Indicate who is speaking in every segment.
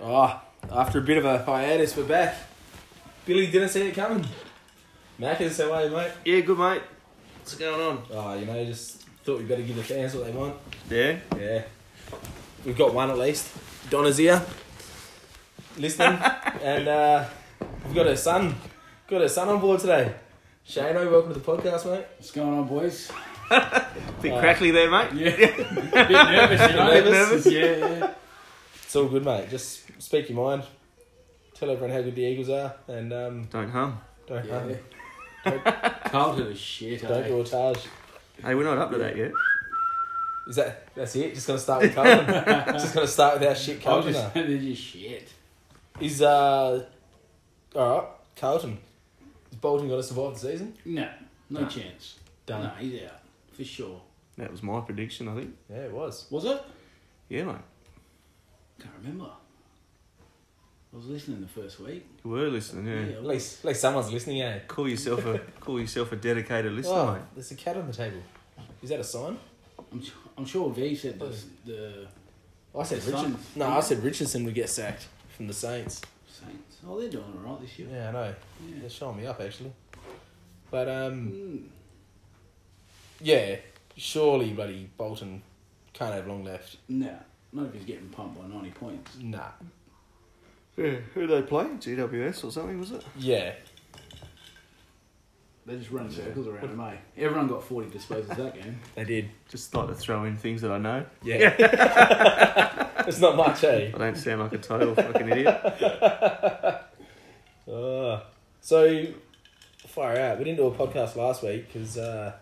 Speaker 1: Oh, after a bit of a hiatus, we're back. Billy didn't see it coming. Mac is how are you, mate?
Speaker 2: Yeah, good mate. What's going on?
Speaker 1: Oh, you know, just thought we better give the fans what they want.
Speaker 2: Yeah.
Speaker 1: Yeah. We've got one at least. Donna's here. Listening. and uh, we've got her son. Got her son on board today. Shano, welcome to the podcast, mate.
Speaker 3: What's going on, boys?
Speaker 2: Bit
Speaker 1: Uh,
Speaker 2: crackly there, mate.
Speaker 3: Yeah, a bit nervous, you know.
Speaker 1: Bit
Speaker 2: nervous?
Speaker 3: Yeah, yeah.
Speaker 1: It's all good, mate. Just speak your mind. Tell everyone how good the Eagles are and um,
Speaker 2: Don't hum.
Speaker 1: don't,
Speaker 3: yeah.
Speaker 1: Don't-
Speaker 3: Carlton is shit.
Speaker 1: don't
Speaker 3: eh?
Speaker 1: do a charge.
Speaker 2: Hey, we're not up to that yet.
Speaker 1: Is that that's it? Just gonna start with Carlton. just gonna start with our shit
Speaker 3: I was
Speaker 1: Carlton.
Speaker 3: just
Speaker 1: now.
Speaker 3: they're just shit.
Speaker 1: Is uh, all right, Carlton. Is Bolton gonna survive the season?
Speaker 3: No, no
Speaker 2: No.
Speaker 3: chance.
Speaker 1: Done.
Speaker 3: No, he's out for sure.
Speaker 2: That was my prediction, I think.
Speaker 1: Yeah, it was.
Speaker 3: Was it?
Speaker 2: Yeah, mate.
Speaker 3: Can't remember. I was listening the first week.
Speaker 2: You were listening. Yeah.
Speaker 3: Yeah.
Speaker 1: At least, at least someone's listening, eh?
Speaker 2: Call yourself a call yourself a dedicated listener,
Speaker 1: oh,
Speaker 2: mate.
Speaker 1: there's a cat on the table. Is that a sign?
Speaker 3: I'm, su- I'm sure V said this. The
Speaker 1: I said
Speaker 3: It's
Speaker 1: Richard.
Speaker 3: signs.
Speaker 1: No, I said Richardson would get sacked from the Saints.
Speaker 3: Saints. Oh, they're doing all right this year.
Speaker 1: Yeah, I know.
Speaker 3: Yeah.
Speaker 1: They're showing me up actually. But um,
Speaker 3: Mm.
Speaker 1: yeah, surely bloody Bolton can't have long left.
Speaker 3: No, not if he's getting pumped by 90 points.
Speaker 1: Nah.
Speaker 2: Yeah. Who do they play? GWS or something, was it?
Speaker 1: Yeah.
Speaker 3: They just run circles around him, eh? Everyone got 40 disposals that game.
Speaker 1: They did.
Speaker 2: Just like to throw in things that I know.
Speaker 1: Yeah. it's not much, eh?
Speaker 2: I don't sound like a total fucking idiot.
Speaker 1: Uh, so, far out. We didn't do a podcast last week because, uh,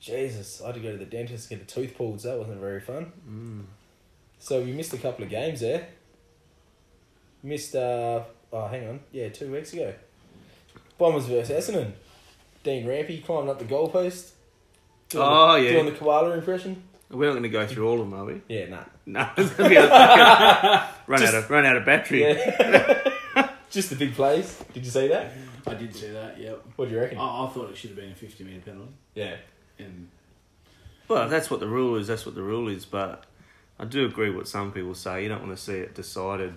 Speaker 1: Jesus, I had to go to the dentist to get a tooth pulled, so that wasn't very fun.
Speaker 2: Mm.
Speaker 1: So we missed a couple of games there. Missed, uh, oh, hang on, yeah, two weeks ago. Bombers versus Essendon. Dean Rampy climbing up the goalpost. Doing
Speaker 2: Oh,
Speaker 1: the,
Speaker 2: yeah.
Speaker 1: Doing the koala impression.
Speaker 2: We're not going to go through all of them, are we?
Speaker 1: Yeah, nah.
Speaker 2: No. It's gonna be a fucking- run out of run out of battery.
Speaker 1: Yeah. Just the big plays. Did you see that?
Speaker 3: I did see that, yep.
Speaker 1: What do you reckon?
Speaker 3: I, I thought it should have been a 50 metre penalty.
Speaker 1: Yeah.
Speaker 3: And
Speaker 2: Well, if that's what the rule is. That's what the rule is. But I do agree what some people say. You don't want to see it decided.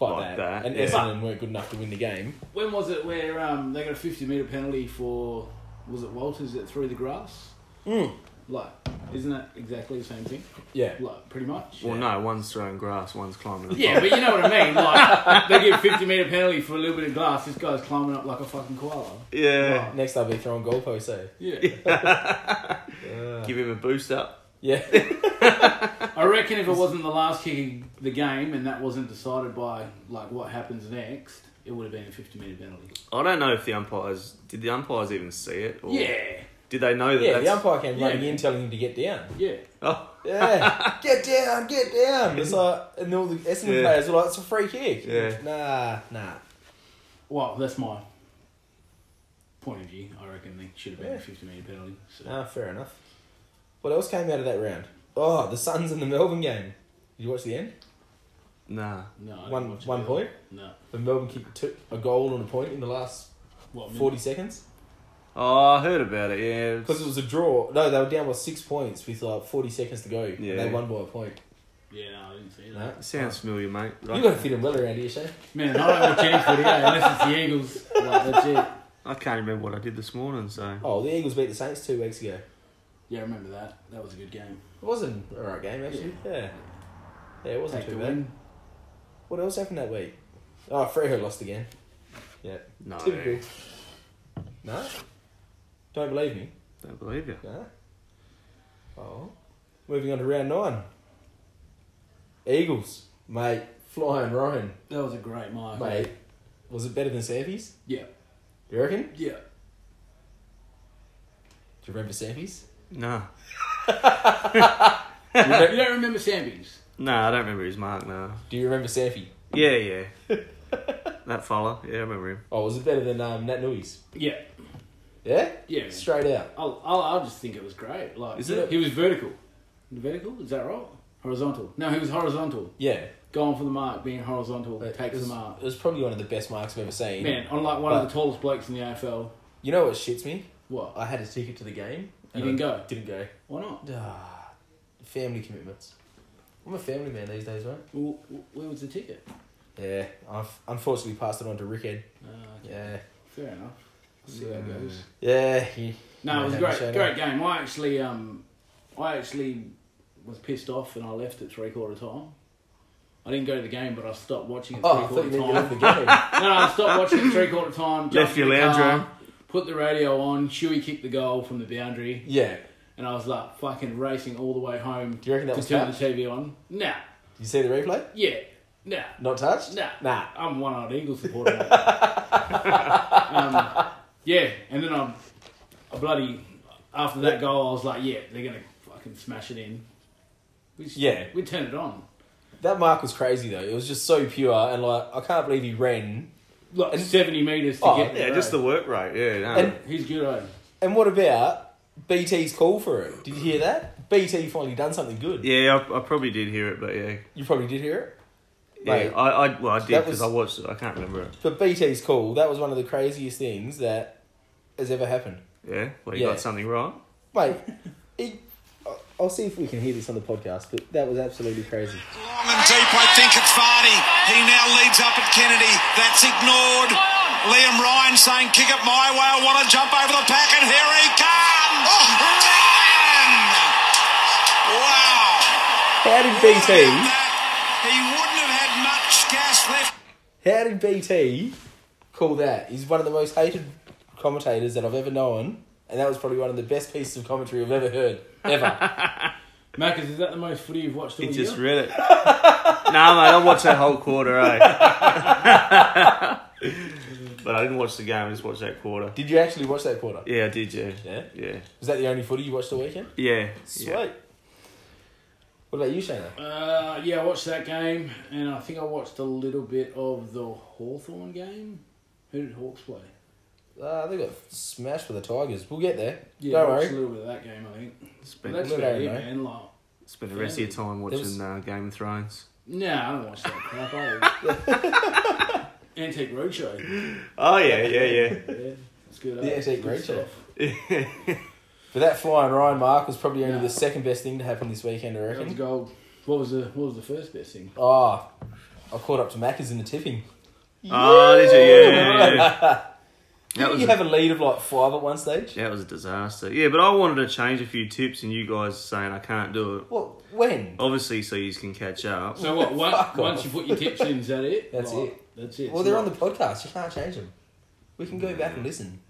Speaker 1: Like,
Speaker 2: Like
Speaker 1: that.
Speaker 2: that,
Speaker 1: And
Speaker 2: yeah.
Speaker 1: Essendon weren't good enough to win the game.
Speaker 3: when was it where um, they got a 50 metre penalty for, was it Walters that threw the grass?
Speaker 1: Mm.
Speaker 3: Like, isn't that exactly the same thing?
Speaker 1: Yeah.
Speaker 3: Like, pretty much?
Speaker 2: Well, no, one's throwing grass, one's climbing.
Speaker 3: Yeah, but you know what I mean. Like, they get 50 metre penalty for a little bit of glass. This guy's climbing up like a fucking koala.
Speaker 2: yeah.
Speaker 1: Next I'll be throwing goalposts, eh?
Speaker 3: Yeah.
Speaker 1: Yeah.
Speaker 2: Give him a boost up.
Speaker 1: yeah.
Speaker 3: I reckon if it wasn't the last kick of the game and that wasn't decided by, like, what happens next, it would have been a 50 metre penalty.
Speaker 2: I don't know if the umpires did. The umpires even see it, or
Speaker 3: Yeah.
Speaker 2: did they know that?
Speaker 1: Yeah,
Speaker 2: that's,
Speaker 1: the umpire came running
Speaker 3: Yeah.
Speaker 1: in telling him to get down.
Speaker 3: Yeah.
Speaker 2: Oh,
Speaker 1: Yeah. get down, get down. It's like, and all the Essendon
Speaker 2: Yeah.
Speaker 1: players were like, it's a free kick.
Speaker 2: Yeah.
Speaker 1: Nah, nah.
Speaker 3: Well, that's my point of view. I reckon they should have been
Speaker 1: Yeah.
Speaker 3: a 50 metre penalty. So.
Speaker 1: Nah, fair enough. What else came out of that round? Oh, the Suns and the Melbourne game. Did you watch the end?
Speaker 2: nah.
Speaker 3: no. I didn't
Speaker 1: One-
Speaker 3: watch it
Speaker 1: one
Speaker 3: either.
Speaker 1: point?
Speaker 3: No.
Speaker 1: The Melbourne kicked two, a goal and a point in the last
Speaker 3: What,
Speaker 1: 40 seconds?
Speaker 2: Oh, I heard about it. Yeah.
Speaker 1: Because it was a draw. No, they were down by six points with like 40 seconds to go.
Speaker 2: Yeah.
Speaker 1: And they won by a point.
Speaker 3: Yeah, no, I didn't see that.
Speaker 1: Nah.
Speaker 2: sounds familiar, mate.
Speaker 1: you got to fit in well around here, Shane.
Speaker 3: Man, I don't watch any footy, eh, unless it's the Eagles. Like, that's it.
Speaker 2: I can't remember what I did this morning. So
Speaker 1: Oh, the Eagles beat the Saints two weeks ago.
Speaker 3: Yeah, I remember that. That was a good game.
Speaker 1: It was an alright game, actually. Yeah. Yeah, it wasn't
Speaker 3: Take
Speaker 1: too
Speaker 3: the
Speaker 1: bad.
Speaker 3: win.
Speaker 1: What else happened that week? Oh, Freo lost again.
Speaker 2: no,
Speaker 1: Typical. No? Don't believe me?
Speaker 2: don't believe you.
Speaker 1: No? Oh. Moving on to round nine. Eagles. Mate, flying Ryan.
Speaker 3: That was a great mark.
Speaker 1: Mate, was it better than Sampy's?
Speaker 3: Yeah.
Speaker 1: You reckon? Do
Speaker 3: Yeah.
Speaker 1: you remember Sampy's?
Speaker 2: No,
Speaker 3: you don't remember Sambies?
Speaker 2: no, I don't remember his mark. No.
Speaker 1: Do you remember Sampy?
Speaker 2: Yeah, yeah. that fella. Yeah, I remember him.
Speaker 1: Oh, was it better than um, Nat Nui's?
Speaker 3: Yeah.
Speaker 1: Yeah?
Speaker 3: Yeah. man.
Speaker 1: Straight out.
Speaker 3: I'll, I'll, I'll just think it was great. Like,
Speaker 2: Is it?
Speaker 3: He was vertical. Vertical? Is that right? Horizontal. No, he was horizontal.
Speaker 1: Yeah.
Speaker 3: Going for the mark, being horizontal,
Speaker 1: It
Speaker 3: takes
Speaker 1: was,
Speaker 3: the mark.
Speaker 1: it was probably one of the best marks I've ever seen.
Speaker 3: Man, I'm like one of the tallest blokes in the AFL.
Speaker 1: You know what shits me?
Speaker 3: What?
Speaker 1: I had a ticket to the game.
Speaker 3: You
Speaker 1: and
Speaker 3: didn't
Speaker 1: I
Speaker 3: go?
Speaker 1: Didn't go.
Speaker 3: Why not?
Speaker 1: Ah, family commitments. I'm a family man these days, mate.
Speaker 3: Well, wh- where was the ticket?
Speaker 1: Yeah, I've unfortunately passed it on to Rickhead.
Speaker 3: Uh, okay.
Speaker 1: Yeah,
Speaker 3: Fair enough. See how it goes.
Speaker 1: yeah, he-
Speaker 3: No, it was a
Speaker 1: Yeah,
Speaker 3: great,
Speaker 1: Shane.
Speaker 3: great game. I actually, um, I actually was pissed off and I left at three quarter time. I didn't go to the game, but I stopped watching at
Speaker 1: Oh, I
Speaker 3: three
Speaker 1: thought you
Speaker 3: quarter
Speaker 1: meant you
Speaker 3: time.
Speaker 1: left the game.
Speaker 3: No, no, I stopped watching at three quarter time. jumped
Speaker 2: Left
Speaker 3: in
Speaker 2: your
Speaker 3: the
Speaker 2: lounge
Speaker 3: car,
Speaker 2: room.
Speaker 3: Put the radio on. Chewy kicked the goal from the boundary,
Speaker 1: yeah,
Speaker 3: and I was like fucking racing all the way home.
Speaker 1: Do you reckon that
Speaker 3: to
Speaker 1: was
Speaker 3: turn
Speaker 1: touch?
Speaker 3: the TV on? Nah,
Speaker 1: you see the replay?
Speaker 3: yeah, nah,
Speaker 1: Not touched?
Speaker 3: nah,
Speaker 1: Nah.
Speaker 3: I'm one eyed Eagle supporter. mate. um, yeah, and then I'm I bloody after that goal, I was like, yeah, they're gonna fucking smash it in. We just-
Speaker 1: Yeah.
Speaker 3: we turned it on.
Speaker 1: That mark was crazy though. It was just so pure, and like I can't believe he ran.
Speaker 3: Like
Speaker 1: And-
Speaker 3: seventy meters to
Speaker 1: Oh,
Speaker 3: get
Speaker 2: Yeah,
Speaker 3: there.
Speaker 2: just the work rate. Yeah, no.
Speaker 1: And
Speaker 3: He's good. eh?
Speaker 1: and what about BT's call for it? Did you hear that? BT finally done something good.
Speaker 2: yeah, I, I probably did hear it, but yeah,
Speaker 1: You probably did hear it.
Speaker 2: yeah,
Speaker 1: Mate.
Speaker 2: I, I, well, I did
Speaker 1: That
Speaker 2: because
Speaker 1: was-
Speaker 2: I watched it. I can't remember it.
Speaker 1: But BT's call, that was one of the craziest things that has ever happened.
Speaker 2: Yeah, well, you
Speaker 1: Yeah.
Speaker 2: got something right.
Speaker 1: Mate, it, I- I'll see if we can hear this on the podcast, but that was absolutely crazy.
Speaker 4: Long and deep, I think, at Fardy. He now leads up at Kennedy. That's ignored. Liam Ryan saying, kick it my way. I want to jump over the pack, and here he comes. Ryan! Wow.
Speaker 1: How did
Speaker 4: Look at
Speaker 1: BT,
Speaker 4: that. He wouldn't have had much gas left.
Speaker 1: how did BT call that? He's one of the most hated commentators that I've ever known, and that was probably one of the best pieces of commentary I've ever heard, ever.
Speaker 3: Marcus, is that the most footy you've watched all
Speaker 2: He
Speaker 3: year?
Speaker 2: just read it. nah, mate, I watched that whole quarter, eh? but I didn't watch the game. I just watched that quarter.
Speaker 1: did you actually watch that quarter?
Speaker 2: Yeah, I did. Yeah,
Speaker 1: Yeah?
Speaker 2: yeah,
Speaker 1: Was that the only footy you watched all weekend?
Speaker 2: yeah.
Speaker 1: Sweet.
Speaker 2: yeah.
Speaker 1: What about you, Shana?
Speaker 3: Uh, yeah, I watched that game, and I think I watched a little bit of the Hawthorn game. Who did Hawks play?
Speaker 1: Uh, they got smashed for the Tigers. We'll get there.
Speaker 3: Yeah,
Speaker 1: Don't
Speaker 3: I watched
Speaker 1: worry.
Speaker 3: a little bit of that game. I think. But
Speaker 2: Spent,
Speaker 3: that's
Speaker 1: Look
Speaker 3: about
Speaker 1: at
Speaker 3: it,
Speaker 1: him, eh?
Speaker 3: man. Like,
Speaker 2: spent the rest of your time watching
Speaker 1: was-
Speaker 2: uh, Game of Thrones.
Speaker 3: nah, I don't watch that crap. I Antique Roadshow.
Speaker 2: Oh yeah, yeah,
Speaker 3: Yeah, it's good. eh?
Speaker 1: The Antique
Speaker 3: Good
Speaker 1: Roadshow.
Speaker 3: stuff.
Speaker 2: yeah.
Speaker 1: But that flying Ryan Mark was probably only
Speaker 3: No.
Speaker 1: the second best thing to happen this weekend, I
Speaker 3: That was
Speaker 1: reckon.
Speaker 3: gold. What was the What was the first best thing?
Speaker 1: Oh, I caught up to Macca's in the tipping.
Speaker 2: oh, did you? Yeah, yeah, yeah.
Speaker 1: Didn't
Speaker 2: was
Speaker 1: you
Speaker 2: a-
Speaker 1: have a lead of like five at one stage?
Speaker 2: That was a disaster. Yeah, but I wanted to change a few tips, and you guys are saying I can't do it.
Speaker 1: What? When?
Speaker 2: Obviously, so you can catch up.
Speaker 3: So what? One,
Speaker 1: Oh, Fuck
Speaker 3: once
Speaker 1: off.
Speaker 3: you put your tips in, is that it?
Speaker 1: That's
Speaker 3: Like,
Speaker 1: it.
Speaker 3: That's it.
Speaker 1: well,
Speaker 3: So
Speaker 1: they're on
Speaker 3: what-
Speaker 1: the podcast. You can't change them. We can go back and listen.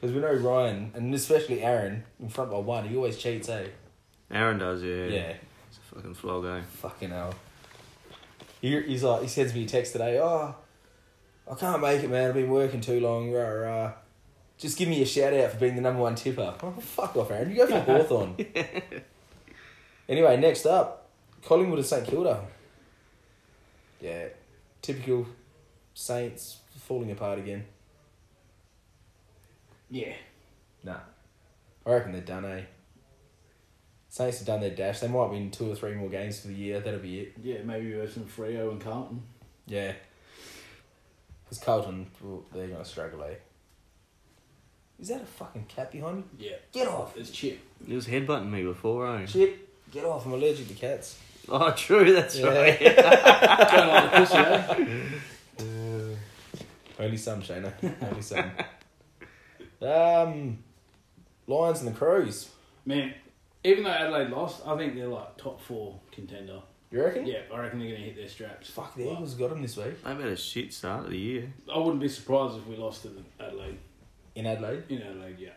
Speaker 1: Because we know Ryan, and especially Aaron, in front by one, he always cheats, eh?
Speaker 2: Aaron does, yeah.
Speaker 1: Yeah.
Speaker 2: It's a fucking flog, eh?
Speaker 1: Fucking hell. He, he's like, he sends me a text today. Oh, I can't make it, man. I've been working too long. Rah, rah. Just give me a shout out for being the number one tipper. Oh, fuck off, Aaron. You go for Hawthorn. anyway, next up, Collingwood and St Kilda. Yeah, typical Saints falling apart again.
Speaker 3: Yeah.
Speaker 1: Nah, I reckon they're done, eh? Saints have done their dash. They might win two or three more games for the year. That'll be it.
Speaker 3: Yeah, maybe we have some Freo and Carlton.
Speaker 1: Yeah. Because Carlton, well, they're going to struggle, eh? Is that a fucking cat behind me?
Speaker 3: Yeah.
Speaker 1: Get off!
Speaker 3: It's cheap.
Speaker 2: He was headbutting me before, eh?
Speaker 1: Chip, get off. I'm allergic to cats.
Speaker 2: Oh, true, that's
Speaker 1: Yeah.
Speaker 2: right.
Speaker 3: Don't like the pussy, eh?
Speaker 1: Only some, Shana. Only some. um, Lions and the Crows.
Speaker 3: Man, even though Adelaide lost, I think they're like top four contender.
Speaker 1: You reckon?
Speaker 3: Yeah, I reckon they're gonna hit their straps.
Speaker 1: Fuck, the
Speaker 3: Like,
Speaker 1: Eagles got them this week.
Speaker 2: They've had a shit start of the year.
Speaker 3: I wouldn't be surprised if we lost to the Adelaide.
Speaker 1: In Adelaide.
Speaker 3: In Adelaide, yeah.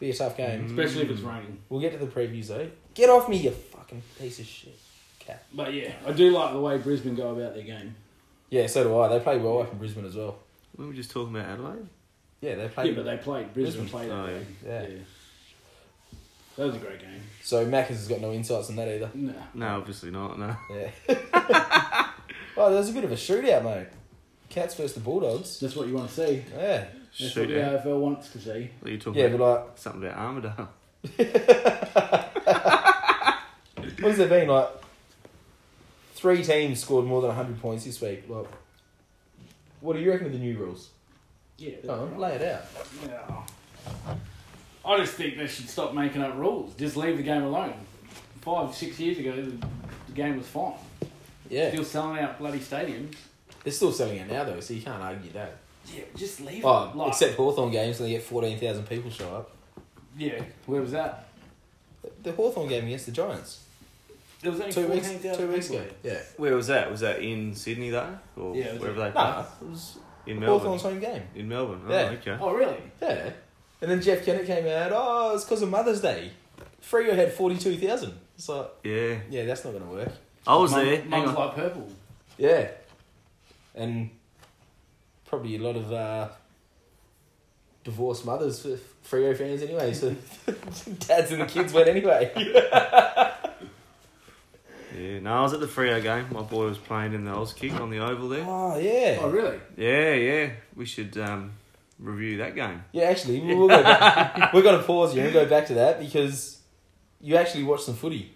Speaker 1: Be a tough game.
Speaker 3: Especially if it's
Speaker 1: Hmm.
Speaker 3: raining.
Speaker 1: We'll get to the previews, though. Get off me, you fucking piece of shit. Cat.
Speaker 3: But yeah, I do like the way Brisbane go about their game.
Speaker 1: Yeah, so do I. They play well up in Brisbane as well.
Speaker 2: We were just talking about Adelaide.
Speaker 1: Yeah, they
Speaker 3: Yeah,
Speaker 1: play
Speaker 3: but they played Brisbane played
Speaker 2: Oh,
Speaker 3: Adelaide.
Speaker 1: yeah.
Speaker 3: yeah.
Speaker 1: Yeah.
Speaker 3: That was a great game.
Speaker 1: So Mackers has got no insights on that either.
Speaker 3: Nah.
Speaker 2: No, obviously not, no.
Speaker 1: Yeah. oh, there was a bit of a shootout, mate. Cats versus the Bulldogs.
Speaker 3: That's what you want to see.
Speaker 1: Yeah.
Speaker 3: That's
Speaker 2: Shoot, yeah.
Speaker 3: what the AFL wants to see.
Speaker 2: What are you talking
Speaker 1: Yeah, but
Speaker 2: about?
Speaker 1: like,
Speaker 2: Something about Armadale.
Speaker 1: what has there been? Like, three teams scored more than 100 points this week. Well, what do you reckon of the new rules?
Speaker 3: Yeah.
Speaker 1: Oh, lay it out.
Speaker 3: Yeah. I just think they should stop making up rules. Just leave the game alone. Five, six years ago, the game was fine.
Speaker 1: Yeah.
Speaker 3: Still selling out bloody stadiums.
Speaker 1: They're still selling it now, though, so you can't argue that.
Speaker 3: Yeah, just leave
Speaker 1: Oh,
Speaker 3: it. Like,
Speaker 1: except Hawthorn games, and they get 14,000 people show up.
Speaker 3: yeah, where was that?
Speaker 1: The Hawthorn game against the Giants.
Speaker 3: There was only
Speaker 1: Two weeks,
Speaker 3: 14,000
Speaker 1: two weeks
Speaker 3: people.
Speaker 1: ago. Yeah.
Speaker 2: Where was that? Was that in Sydney though, or
Speaker 3: Yeah, it was
Speaker 2: wherever
Speaker 3: in-
Speaker 2: they
Speaker 1: No,
Speaker 2: played?
Speaker 1: it was
Speaker 2: In Melbourne.
Speaker 1: Hawthorn's home game.
Speaker 2: In Melbourne. Oh,
Speaker 1: Yeah.
Speaker 2: okay.
Speaker 3: Oh, really?
Speaker 1: Yeah. And then Jeff Kennett came out, oh, it's because of Mother's Day. Freo had 42,000. It's like,
Speaker 2: Yeah.
Speaker 1: yeah, that's not going to work.
Speaker 2: I was
Speaker 3: Mum-
Speaker 2: there. Hang
Speaker 3: Mum's
Speaker 2: on.
Speaker 3: like purple.
Speaker 1: Yeah. And probably a lot of uh, divorced mothers for Freo fans anyway, so dads and the kids went anyway.
Speaker 2: Yeah. No, I was at the Frio game. My boy was playing in the Oz kick on the oval there.
Speaker 1: oh, yeah.
Speaker 3: Oh, really?
Speaker 2: Yeah, yeah. We should um, review that game.
Speaker 1: Yeah, actually, we'll, we'll go back. we're going to pause you and go back to that because you actually watched some footy.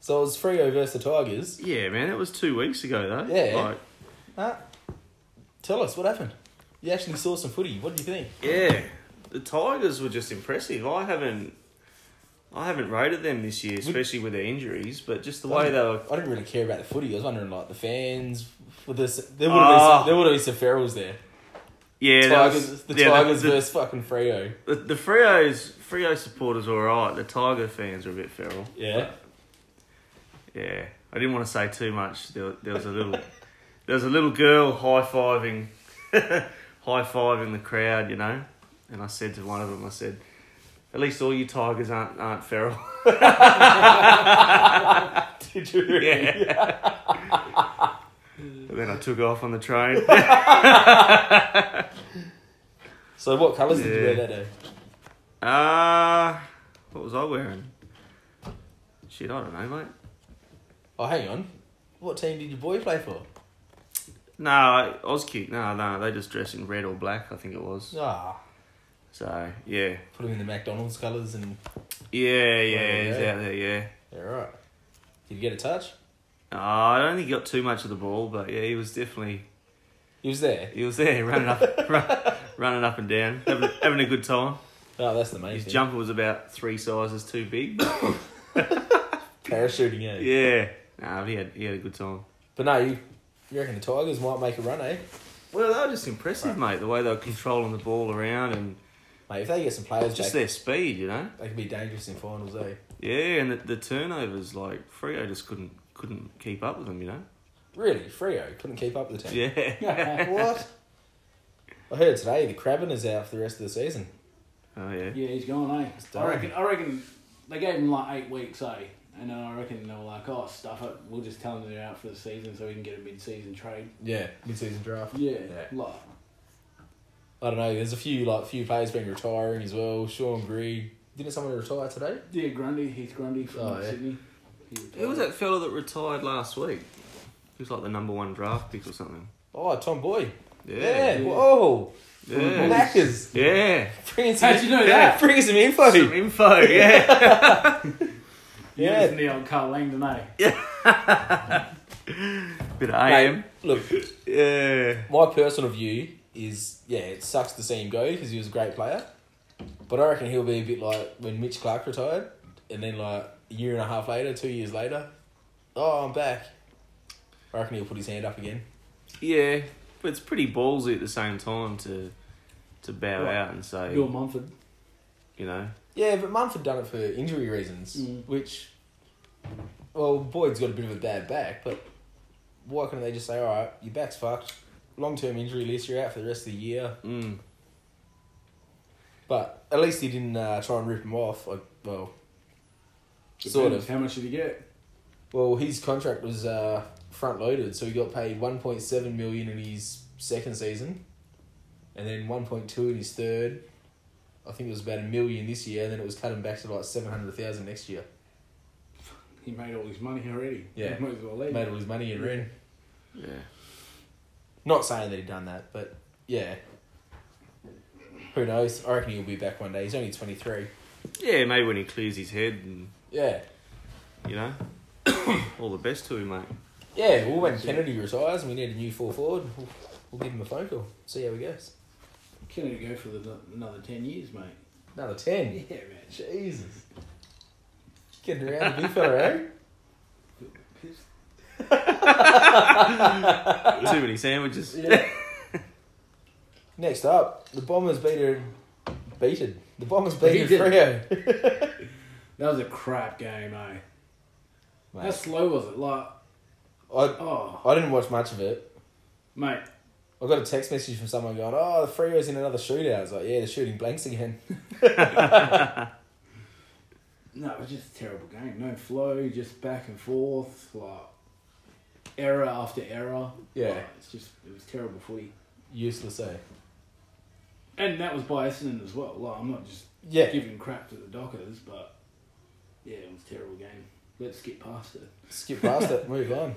Speaker 1: So it was Freo versus the Tigers.
Speaker 2: Yeah, man. That was two weeks ago though.
Speaker 1: Yeah.
Speaker 2: Like,
Speaker 1: Huh? Tell us, what happened? You actually saw some footy. What do you think?
Speaker 2: yeah. The Tigers were just impressive. I haven't. I haven't rated them this year, especially with their injuries, but just the way they were.
Speaker 1: I didn't really care about the footy. I was wondering, like, the fans, for this, there would have been
Speaker 2: Oh.
Speaker 1: some, there would have been some ferals there.
Speaker 2: Yeah, that was-
Speaker 1: Tigers, the
Speaker 2: yeah,
Speaker 1: Tigers
Speaker 2: the,
Speaker 1: versus fucking Freo.
Speaker 2: the, the Frio's Frio supporters were alright. The Tiger fans were a bit feral.
Speaker 1: Yeah,
Speaker 2: Yeah, I didn't want to say too much. There, there was a little, there was a little girl high fiving, high fiving the crowd, you know. And I said to one of them, I said, "At least all you tigers aren't aren't feral."
Speaker 1: did you? really?
Speaker 2: yeah. and then I took off on the train. Uh,
Speaker 1: So what colours did you
Speaker 2: Yeah.
Speaker 1: wear that day?
Speaker 2: Ah, uh, what was I wearing? Shit, I don't know, mate.
Speaker 1: Oh, hang on. What team did your boy play for?
Speaker 2: No, I- Auscute. No, no, they just dress in red or black. I think it was.
Speaker 1: Ah,
Speaker 2: So yeah,
Speaker 1: put him in the McDonald's colours and
Speaker 2: yeah, yeah, he's
Speaker 1: yeah.
Speaker 2: out there, yeah.
Speaker 1: yeah, right. Did you get a touch?
Speaker 2: Oh, I don't think he got too much of the ball, but yeah, he was definitely
Speaker 1: He was there.
Speaker 2: he was there running up, run, running up and down, having, having a good time.
Speaker 1: Oh, that's the main
Speaker 2: His
Speaker 1: thing.
Speaker 2: jumper was about three sizes too big.
Speaker 1: Parachuting, yeah.
Speaker 2: yeah, nah, but he had he had a good time.
Speaker 1: But no, you, you reckon the Tigers might make a run, eh?
Speaker 2: Well, they were just impressive, mate. The way they were controlling the ball around and
Speaker 1: Mate, if they get some players
Speaker 2: just
Speaker 1: back,
Speaker 2: their speed, you know.
Speaker 1: they could be dangerous in finals, eh?
Speaker 2: Yeah, and the, the turnovers, like Frio just couldn't couldn't keep up with them, you know.
Speaker 1: Really, Frio couldn't keep up with the team.
Speaker 2: Yeah.
Speaker 1: What? I heard today the Crabbin is out for the rest of the season.
Speaker 2: Oh yeah.
Speaker 3: Yeah, he's gone, eh?
Speaker 1: done.
Speaker 3: I reckon, I reckon they gave him like eight weeks, eh? And then I reckon they were like, oh, stuff it. We'll just tell him they're out for the season so we can get a mid season trade.
Speaker 1: Yeah, mid-season draft.
Speaker 3: Yeah,
Speaker 1: Yeah.
Speaker 3: like,
Speaker 1: I don't know. There's a few like few players been retiring as well. Sean Gree didn't someone retire today?
Speaker 3: yeah, Grundy, Heath Grundy from
Speaker 1: Oh, yeah.
Speaker 3: Sydney.
Speaker 2: Who was that fella that retired last week? He was like the number one draft pick or something.
Speaker 1: Oh, Tom Boy. Yeah.
Speaker 2: Yeah.
Speaker 1: Whoa.
Speaker 2: Yeah.
Speaker 1: Lackers.
Speaker 2: Yeah.
Speaker 1: Bringing some.
Speaker 3: How'd you know that?
Speaker 1: Bringing some info.
Speaker 2: Some info, yeah.
Speaker 1: Yeah.
Speaker 3: Yeah, from the old Carl Langdon, eh?
Speaker 2: Bit of
Speaker 1: Mate,
Speaker 2: AM.
Speaker 1: Look,
Speaker 2: Yeah.
Speaker 1: my personal view is yeah, it sucks to see him go because he was a great player, but I reckon he'll be a bit like when Mitch Clark retired, and then like a year and a half later, two years later, oh I'm back. I reckon he'll put his hand up again.
Speaker 2: Yeah. But it's pretty ballsy at the same time to to bow
Speaker 3: Right.
Speaker 2: out and say,
Speaker 3: Bill Mumford.
Speaker 2: you know.
Speaker 1: Yeah, but Mumford done it for injury reasons,
Speaker 3: Mm.
Speaker 1: which, well, Boyd's got a bit of a bad back, but why couldn't they just say, all right, your back's fucked, long term injury list, you're out for the rest of the year.
Speaker 2: Mm.
Speaker 1: But at least he didn't uh, try and rip him off. Like, well, sort
Speaker 3: Depends
Speaker 1: of.
Speaker 3: How much did he get?
Speaker 1: Well, his contract was uh, front loaded, so he got paid one point seven million in his second season, and then one point two in his third. I think it was about a million this year, and then it was cutting back to like seven hundred thousand next year.
Speaker 3: He made all his money already.
Speaker 1: Yeah.
Speaker 3: He might as well leave.
Speaker 1: Made all his money in rent.
Speaker 2: Yeah.
Speaker 1: Not saying that he done that, but yeah. Who knows? I reckon he'll be back one day. He's only twenty three.
Speaker 2: Yeah, maybe when he clears his head and
Speaker 1: Yeah.
Speaker 2: you know. All the best to him, mate.
Speaker 1: Yeah, well, when Kennedy retires and we need a new full forward, we'll, we'll give him a phone call, see how he goes.
Speaker 3: Kennedy go for the, another 10 years, mate.
Speaker 1: Another 10.
Speaker 3: Yeah, man.
Speaker 1: Jesus. Getting around the big fella, eh?
Speaker 2: Too many sandwiches.
Speaker 1: Next up, the Bombers beated, beated. The Bombers beated
Speaker 3: Beated.
Speaker 1: Freo.
Speaker 3: That was a crap game, eh? How
Speaker 1: Mate,
Speaker 3: slow was it? Like,
Speaker 1: I,
Speaker 3: oh,
Speaker 1: I didn't watch much of it.
Speaker 3: mate.
Speaker 1: I got a text message from someone going, "Oh, the Freo's in another shootout." I was like, "Yeah, they're shooting blanks again."
Speaker 3: No, it was just a terrible game. No flow, just back and forth, like error after error.
Speaker 1: Yeah.
Speaker 3: Like, it's just it was terrible footy,
Speaker 1: Useless, eh?
Speaker 3: and that was by Essendon as well. Like, I'm not just
Speaker 1: Yeah.
Speaker 3: giving crap to the Dockers, but yeah, it was a terrible game. Let's skip past it.
Speaker 1: Skip past it, move on.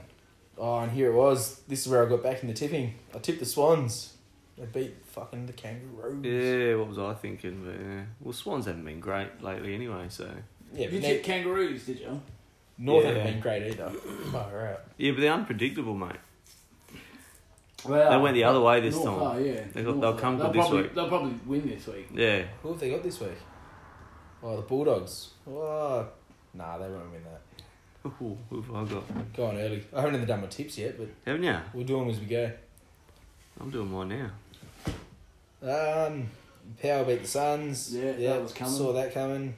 Speaker 1: Oh, and here it was. This is where I got back into tipping. I tipped the Swans. They beat fucking the Kangaroos.
Speaker 2: Yeah, what was I thinking? But yeah, well, Swans haven't been great lately anyway. So
Speaker 1: Yeah,
Speaker 3: You
Speaker 1: but
Speaker 3: tipped
Speaker 1: Nor-
Speaker 3: Kangaroos, did you?
Speaker 1: North
Speaker 2: Yeah.
Speaker 1: haven't been great either. Far out.
Speaker 2: yeah, but they're unpredictable, mate.
Speaker 3: Well,
Speaker 2: They went the other way this
Speaker 3: North
Speaker 2: time.
Speaker 3: are, yeah.
Speaker 2: They got-
Speaker 3: North
Speaker 2: they'll
Speaker 3: are.
Speaker 2: come good
Speaker 3: They'll
Speaker 2: this
Speaker 3: probably-
Speaker 2: week.
Speaker 3: They'll probably win this week.
Speaker 2: Yeah,
Speaker 1: Who have they got this week? Oh, the Bulldogs. Oh, nah, they won't win that.
Speaker 2: Ooh, who've I got?
Speaker 1: Go on early. I haven't even done my tips yet, but
Speaker 2: Haven't you?
Speaker 1: we'll do them as we go.
Speaker 2: I'm doing mine now.
Speaker 1: Um, Power beat the Suns.
Speaker 3: Yeah, that was coming.
Speaker 1: Saw that coming.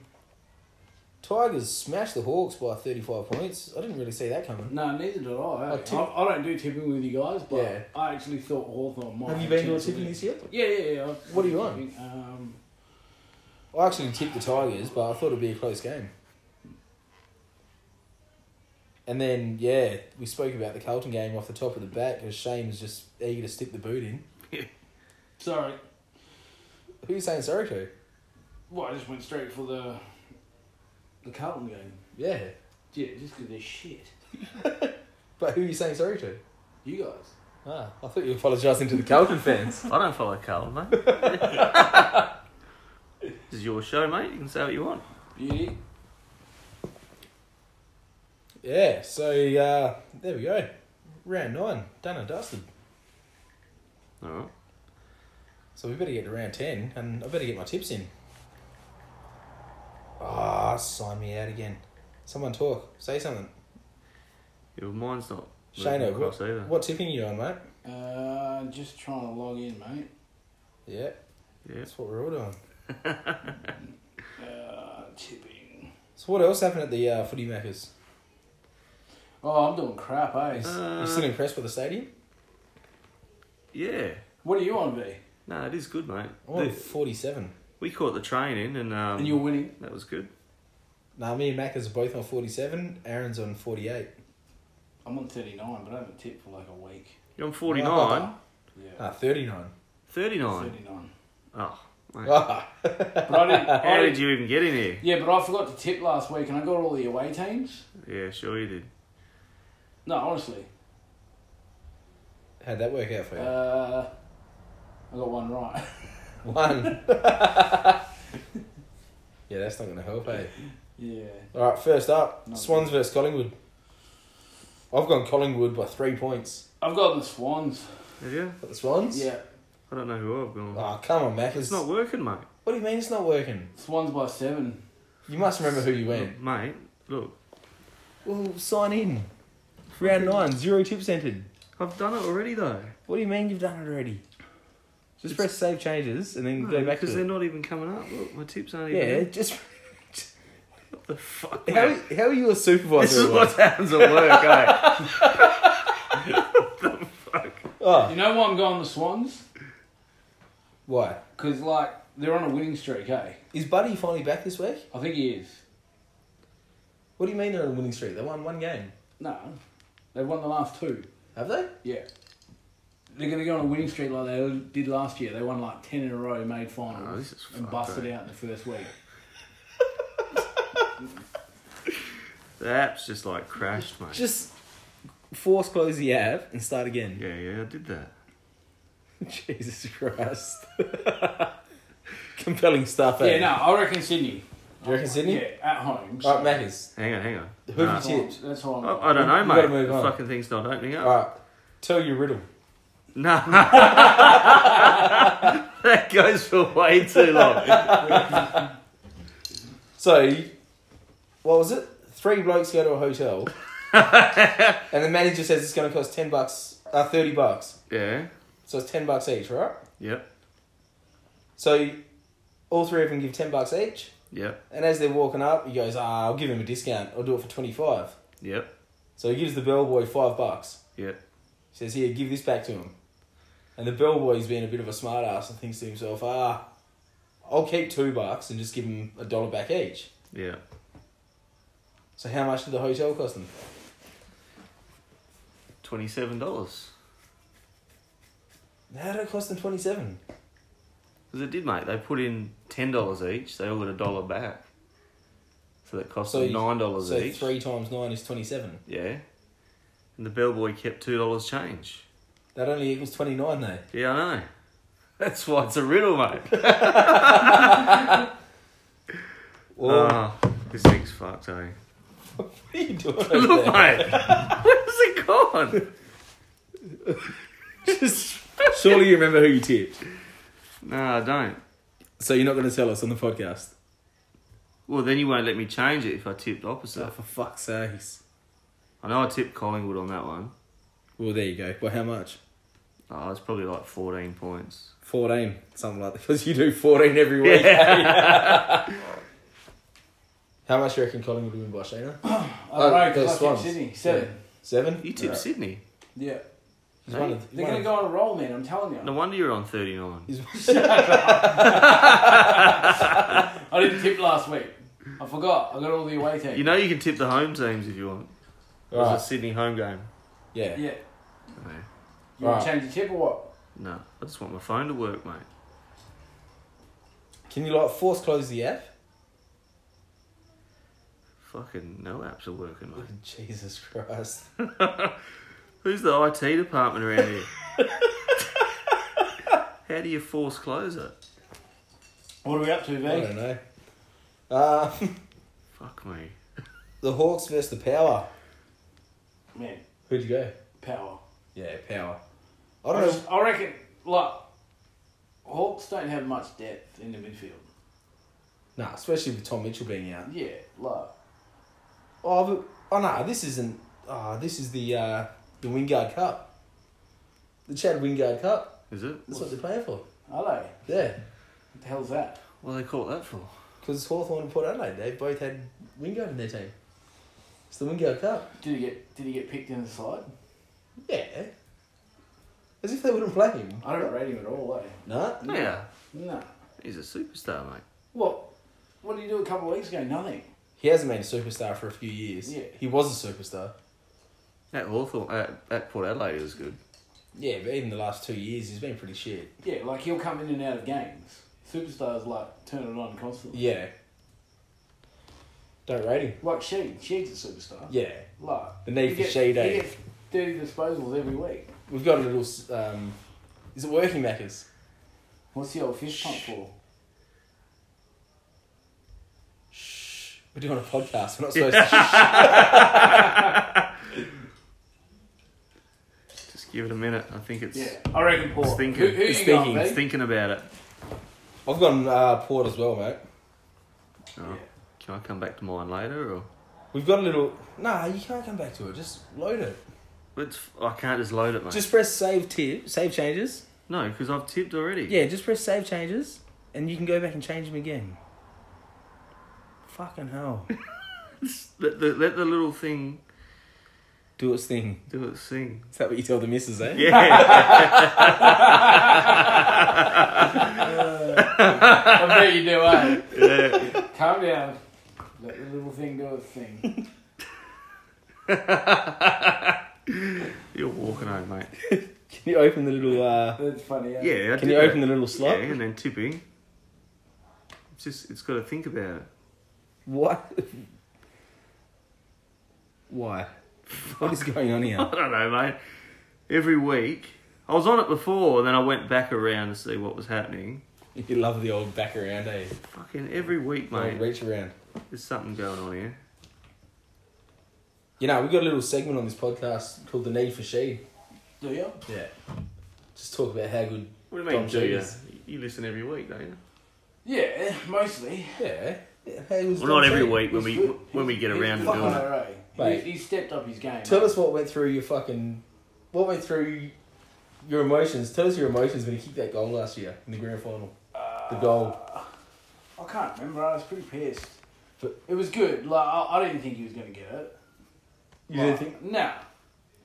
Speaker 1: Tigers smashed the Hawks by 35 points. I didn't really see that coming.
Speaker 3: No, neither did I. I,
Speaker 1: I tip-
Speaker 3: I, I don't do tipping with you guys, but
Speaker 1: Oh, Yeah.
Speaker 3: I actually thought Hawthorn might.
Speaker 1: Have you been to a
Speaker 3: chance
Speaker 1: tipping
Speaker 3: win.
Speaker 1: this year?
Speaker 3: Yeah, yeah, yeah. I've-
Speaker 1: What do you want?
Speaker 3: Um,
Speaker 1: I actually tipped the Tigers, but I thought it'd be a close game. And then, yeah, we spoke about the Carlton game off the top of the bat because Shane was just eager to stick the boot in.
Speaker 3: sorry.
Speaker 1: Who you saying sorry to?
Speaker 3: Well, I just went straight for the the Carlton game.
Speaker 1: Yeah.
Speaker 3: Yeah, just because they're shit.
Speaker 1: But who are you saying sorry to?
Speaker 3: You guys.
Speaker 1: Ah, I thought you were apologising to the Carlton fans.
Speaker 2: I don't follow Carl, mate. this is your show, mate. You can say what you want.
Speaker 3: Beauty.
Speaker 1: Yeah, so uh, there we go. Round nine, done and dusted.
Speaker 2: All right.
Speaker 1: So we better get to round 10, and I better get my tips in. Ah, sign me out again. Someone talk, say something.
Speaker 2: Yeah, well, mine's not. moving
Speaker 1: Shano,
Speaker 2: across either.
Speaker 1: what, what tipping are you on, mate?
Speaker 3: Uh, just trying to log in, mate.
Speaker 1: Yeah,
Speaker 2: Yeah.
Speaker 1: that's what we're all doing.
Speaker 3: Uh, tipping.
Speaker 1: So what else happened at the uh, Footy Maccas?
Speaker 3: Oh, I'm doing crap, eh?
Speaker 2: Uh,
Speaker 1: you still impressed with the stadium?
Speaker 2: Yeah.
Speaker 3: What are you on, V?
Speaker 2: No, it is good, mate.
Speaker 1: I'm on
Speaker 2: The-
Speaker 1: 47.
Speaker 2: we caught the train in, and um,
Speaker 3: And you're winning.
Speaker 2: that was good.
Speaker 1: Nah, me and Maccas are both on 47. Aaron's on 48.
Speaker 3: I'm on 39, but I haven't tipped for like a week.
Speaker 2: You're on 49,
Speaker 1: Ah,
Speaker 3: Yeah.
Speaker 1: 39.
Speaker 2: 39.
Speaker 3: 39.
Speaker 2: Oh, mate.
Speaker 1: Ah,
Speaker 3: But I didn't. I
Speaker 2: How
Speaker 3: didn't
Speaker 2: did you even get in here?
Speaker 3: Yeah, but I forgot to tip last week and I got all the away teams.
Speaker 2: Yeah, sure you did.
Speaker 3: No, honestly.
Speaker 1: how'd that work out for you?
Speaker 3: Uh, I got one right.
Speaker 1: One. yeah, that's not going to help, eh?
Speaker 3: yeah.
Speaker 1: All right, first up,
Speaker 3: Not
Speaker 1: Swans versus Collingwood. I've gone Collingwood by three points.
Speaker 3: I've got the Swans.
Speaker 2: Have you?
Speaker 1: Got the Swans?
Speaker 3: Yeah.
Speaker 2: I don't know who I've gone.
Speaker 1: Oh, come on, Mac.
Speaker 2: it's not working, mate.
Speaker 1: What do you mean it's not working?
Speaker 3: Swans by seven.
Speaker 1: You must remember who you went.
Speaker 2: Look, mate, look,
Speaker 1: Well, sign in. Round nine, zero tips entered.
Speaker 2: I've done it already though.
Speaker 1: What do you mean you've done it already? Just press save changes and then
Speaker 2: No,
Speaker 1: go back
Speaker 2: because
Speaker 1: to
Speaker 2: they're
Speaker 1: it.
Speaker 2: not even coming up. Look, my tips aren't even.
Speaker 1: Yeah,
Speaker 2: in.
Speaker 1: just
Speaker 2: What the fuck?
Speaker 1: how,
Speaker 2: mate?
Speaker 1: how are you a supervisor?
Speaker 2: This is
Speaker 1: at
Speaker 2: what
Speaker 1: work?
Speaker 2: happens at work, eh? What the fuck?
Speaker 1: Oh,
Speaker 3: You know why I'm going the Swans?
Speaker 1: why?
Speaker 3: Because, like, they're on a winning streak, eh?
Speaker 1: Is Buddy finally back this week?
Speaker 3: I think he is.
Speaker 1: What do you mean they're on a winning streak? They won one game,
Speaker 3: No. They've won the last two.
Speaker 1: have they?
Speaker 3: Yeah. They're going to go on a winning streak like they did last year. They won like 10 in a row, made finals,
Speaker 2: Oh, this is
Speaker 3: and
Speaker 2: fucked,
Speaker 3: busted
Speaker 2: eh?
Speaker 3: out in the first week.
Speaker 2: The app's just like crashed, mate.
Speaker 1: Just force close the app and start again.
Speaker 2: yeah, yeah, I did that.
Speaker 1: Jesus Christ. Compelling stuff, eh?
Speaker 3: Yeah, no, I reckon Sydney.
Speaker 1: You reckon Sydney?
Speaker 3: Yeah, at home.
Speaker 1: All right, Maccas.
Speaker 2: Hang on, hang on.
Speaker 1: Who
Speaker 2: No.
Speaker 1: did you- Tips.
Speaker 3: That's how I'm
Speaker 2: Oh, I, I don't know,
Speaker 1: You
Speaker 2: mate.
Speaker 1: gotta move
Speaker 2: the
Speaker 1: on.
Speaker 2: fucking thing's not opening up.
Speaker 1: All right, tell your riddle.
Speaker 2: No. that goes for way too long.
Speaker 1: So, what was it? Three blokes go to a hotel And the manager says it's going to cost 10 bucks, uh, 30 bucks.
Speaker 2: yeah.
Speaker 1: So it's 10 bucks each, right?
Speaker 2: Yep.
Speaker 1: So all three of them give 10 bucks each.
Speaker 2: Yep.
Speaker 1: And as they're walking up, he goes, ah, I'll give him a discount. I'll do it for 25.
Speaker 2: Yep.
Speaker 1: So he gives the bellboy five bucks.
Speaker 2: Yep.
Speaker 1: He says, here, give this back to him. And the bellboy's being a bit of a smartass and thinks to himself, ah, I'll keep two bucks and just give him a dollar back each.
Speaker 2: Yeah.
Speaker 1: So how much did the hotel cost them?
Speaker 2: Twenty-seven dollars.
Speaker 1: How did it cost them 27?
Speaker 2: Because it did, mate. They put in ten dollars each. They all got a dollar back. So that cost
Speaker 1: So
Speaker 2: them
Speaker 1: you-
Speaker 2: nine dollars
Speaker 1: So
Speaker 2: each.
Speaker 1: three times nine is 27.
Speaker 2: Yeah. And the bellboy kept two dollars change.
Speaker 1: That only equals 29 though.
Speaker 2: Yeah, I know. That's why it's a riddle, mate.
Speaker 1: Well,
Speaker 2: oh, this thing's fucked, eh?
Speaker 1: what are you doing over
Speaker 2: Look,
Speaker 1: there?
Speaker 2: mate. Where's it gone?
Speaker 1: Surely you remember who you tipped.
Speaker 2: No, I don't.
Speaker 1: So you're not going to tell us on the podcast.
Speaker 2: Well, then you won't let me change it if I tipped opposite.
Speaker 1: Oh, for fuck's sakes.
Speaker 2: I know I tipped Collingwood on that one.
Speaker 1: Well, there you go. Well, how much?
Speaker 2: Oh, it's probably like 14 points.
Speaker 1: 14, something like that. Because you do 14 every week. how much do you reckon Collingwood will win by, Shana?
Speaker 3: I don't know,
Speaker 1: those
Speaker 3: because I
Speaker 1: Oh, swans.
Speaker 3: kept Sydney. Seven.
Speaker 1: Seven?
Speaker 2: You tipped
Speaker 1: Alright.
Speaker 2: Sydney.
Speaker 3: Yeah.
Speaker 1: He's one of-
Speaker 3: They're
Speaker 1: one
Speaker 3: going to
Speaker 1: of-
Speaker 3: go on a roll, man. I'm telling you.
Speaker 2: No wonder you're on 39.
Speaker 3: I didn't tip last week. I forgot. I got all the away team.
Speaker 2: You know you can tip the home teams if you want. It was
Speaker 1: Alright.
Speaker 2: a Sydney home game.
Speaker 1: Yeah.
Speaker 3: Yeah.
Speaker 2: No,
Speaker 3: You want
Speaker 1: Right.
Speaker 3: to change your tip or what?
Speaker 2: no, I just want my phone to work, mate.
Speaker 1: Can you like force close the app?
Speaker 2: Fucking no apps are working, mate.
Speaker 1: Jesus Christ.
Speaker 2: Who's the IT department around here? How do you force close it?
Speaker 3: What are we up to,
Speaker 1: I
Speaker 3: V?
Speaker 1: don't know. Uh,
Speaker 2: Fuck me.
Speaker 1: the Hawks versus the Power.
Speaker 3: Man,
Speaker 1: Who'd you go?
Speaker 3: power.
Speaker 1: Yeah, Power. I
Speaker 3: I,
Speaker 1: don't know.
Speaker 3: just- I reckon, like, Hawks don't have much depth in the midfield.
Speaker 1: Nah, especially with Tom Mitchell being out.
Speaker 3: Yeah, like,
Speaker 1: Oh, but, oh no, this isn't. Oh, this is the uh, the Wingard Cup. The Chad Wingard Cup.
Speaker 2: Is it?
Speaker 1: That's what they're playing for.
Speaker 3: are they?
Speaker 1: Yeah,
Speaker 3: What the hell's that?
Speaker 2: What do they call that for?
Speaker 1: because Hawthorn and Port Adelaide, they both had Wingard in their team. It's the Wingard Cup.
Speaker 3: Did he get Did he get picked in the side?
Speaker 1: Yeah. As if they wouldn't play him.
Speaker 3: I don't rate him at all, eh?
Speaker 1: No.
Speaker 2: Yeah.
Speaker 3: No.
Speaker 2: He's a superstar, mate.
Speaker 3: What? What did he do a couple of weeks ago? Nothing.
Speaker 1: He hasn't been a superstar for a few years.
Speaker 3: Yeah.
Speaker 1: He was a superstar.
Speaker 2: At Hawthorn, at, at Port Adelaide, he was good.
Speaker 1: Yeah, but even the last two years, he's been pretty shit.
Speaker 3: Yeah, like he'll come in and out of games. Superstars like turn it on constantly.
Speaker 1: Yeah. Don't rate him.
Speaker 3: Like Sheed. Sheed's a superstar.
Speaker 1: Yeah.
Speaker 3: Like
Speaker 1: The need
Speaker 3: he
Speaker 1: for
Speaker 3: gets-
Speaker 1: Sheed, eh?
Speaker 3: He gets thirty disposals every week.
Speaker 1: We've got a little. s- Um, is it working, Maccas?
Speaker 3: What's the old fish pump for?
Speaker 1: Shh. We're doing a podcast. We're not supposed to.
Speaker 2: Just give it a minute. I think it's.
Speaker 3: Yeah, I reckon Paul.
Speaker 2: It's thinking.
Speaker 3: Who, who
Speaker 1: It's
Speaker 3: you
Speaker 1: thinking,
Speaker 3: got,
Speaker 2: He's
Speaker 3: mate?
Speaker 2: thinking about it.
Speaker 1: I've gone uh, port as well, mate.
Speaker 2: Oh, Can I come back to mine later, or
Speaker 1: We've got a little. Nah, you can't come back to it. Just load it.
Speaker 2: it's, I can't just load it, mate.
Speaker 1: Just press save tip, save changes.
Speaker 2: no, because I've tipped already.
Speaker 1: Yeah, just press save changes, and you can go back and change them again. Fucking hell.
Speaker 2: Let the, let the little thing
Speaker 1: Do its thing.
Speaker 2: do its thing.
Speaker 1: Is that what you tell the missus, eh?
Speaker 2: Yeah.
Speaker 3: I bet you do, eh?
Speaker 2: yeah.
Speaker 3: Calm down. Let the little thing do its thing.
Speaker 2: You're walking home, mate.
Speaker 1: Can you open the little? Uh,
Speaker 3: That's funny. Eh?
Speaker 2: Yeah. I
Speaker 1: can
Speaker 2: did
Speaker 1: you open
Speaker 2: that.
Speaker 1: the little slot?
Speaker 2: Yeah, and then tipping. It's just it's got to think about it.
Speaker 1: What? Why? What is going on here?
Speaker 2: I don't know, mate. Every week, I was on it before, and then I went back around to see what was happening.
Speaker 1: You love the old back around, eh?
Speaker 2: Fucking every week,
Speaker 1: Old
Speaker 2: mate.
Speaker 1: reach around.
Speaker 2: There's something going on here.
Speaker 1: You know, we've got a little segment on this podcast called The Need for She.
Speaker 3: Do you?
Speaker 1: Yeah. Just talk about how good.
Speaker 2: What do you mean,
Speaker 1: Dom
Speaker 2: do you?
Speaker 1: Juniors.
Speaker 2: You listen every week, don't you?
Speaker 3: Yeah, mostly.
Speaker 1: Yeah. yeah how good was
Speaker 2: Well, not
Speaker 1: Dom
Speaker 2: every
Speaker 1: Shea?
Speaker 2: week when we
Speaker 3: He's good.
Speaker 2: when we get
Speaker 3: He's
Speaker 2: around to
Speaker 3: fucking
Speaker 2: doing it.
Speaker 3: alright.
Speaker 1: Mate.
Speaker 3: He, he stepped up his game.
Speaker 1: Tell us what went through your fucking, what went through your emotions. Tell us your emotions when he kicked that goal last year in the grand final. The goal.
Speaker 3: I can't remember. I was pretty pissed.
Speaker 1: But-
Speaker 3: it was good. Like I, I didn't think he was going to get it.
Speaker 1: You didn't
Speaker 3: Like,
Speaker 1: think?
Speaker 3: No.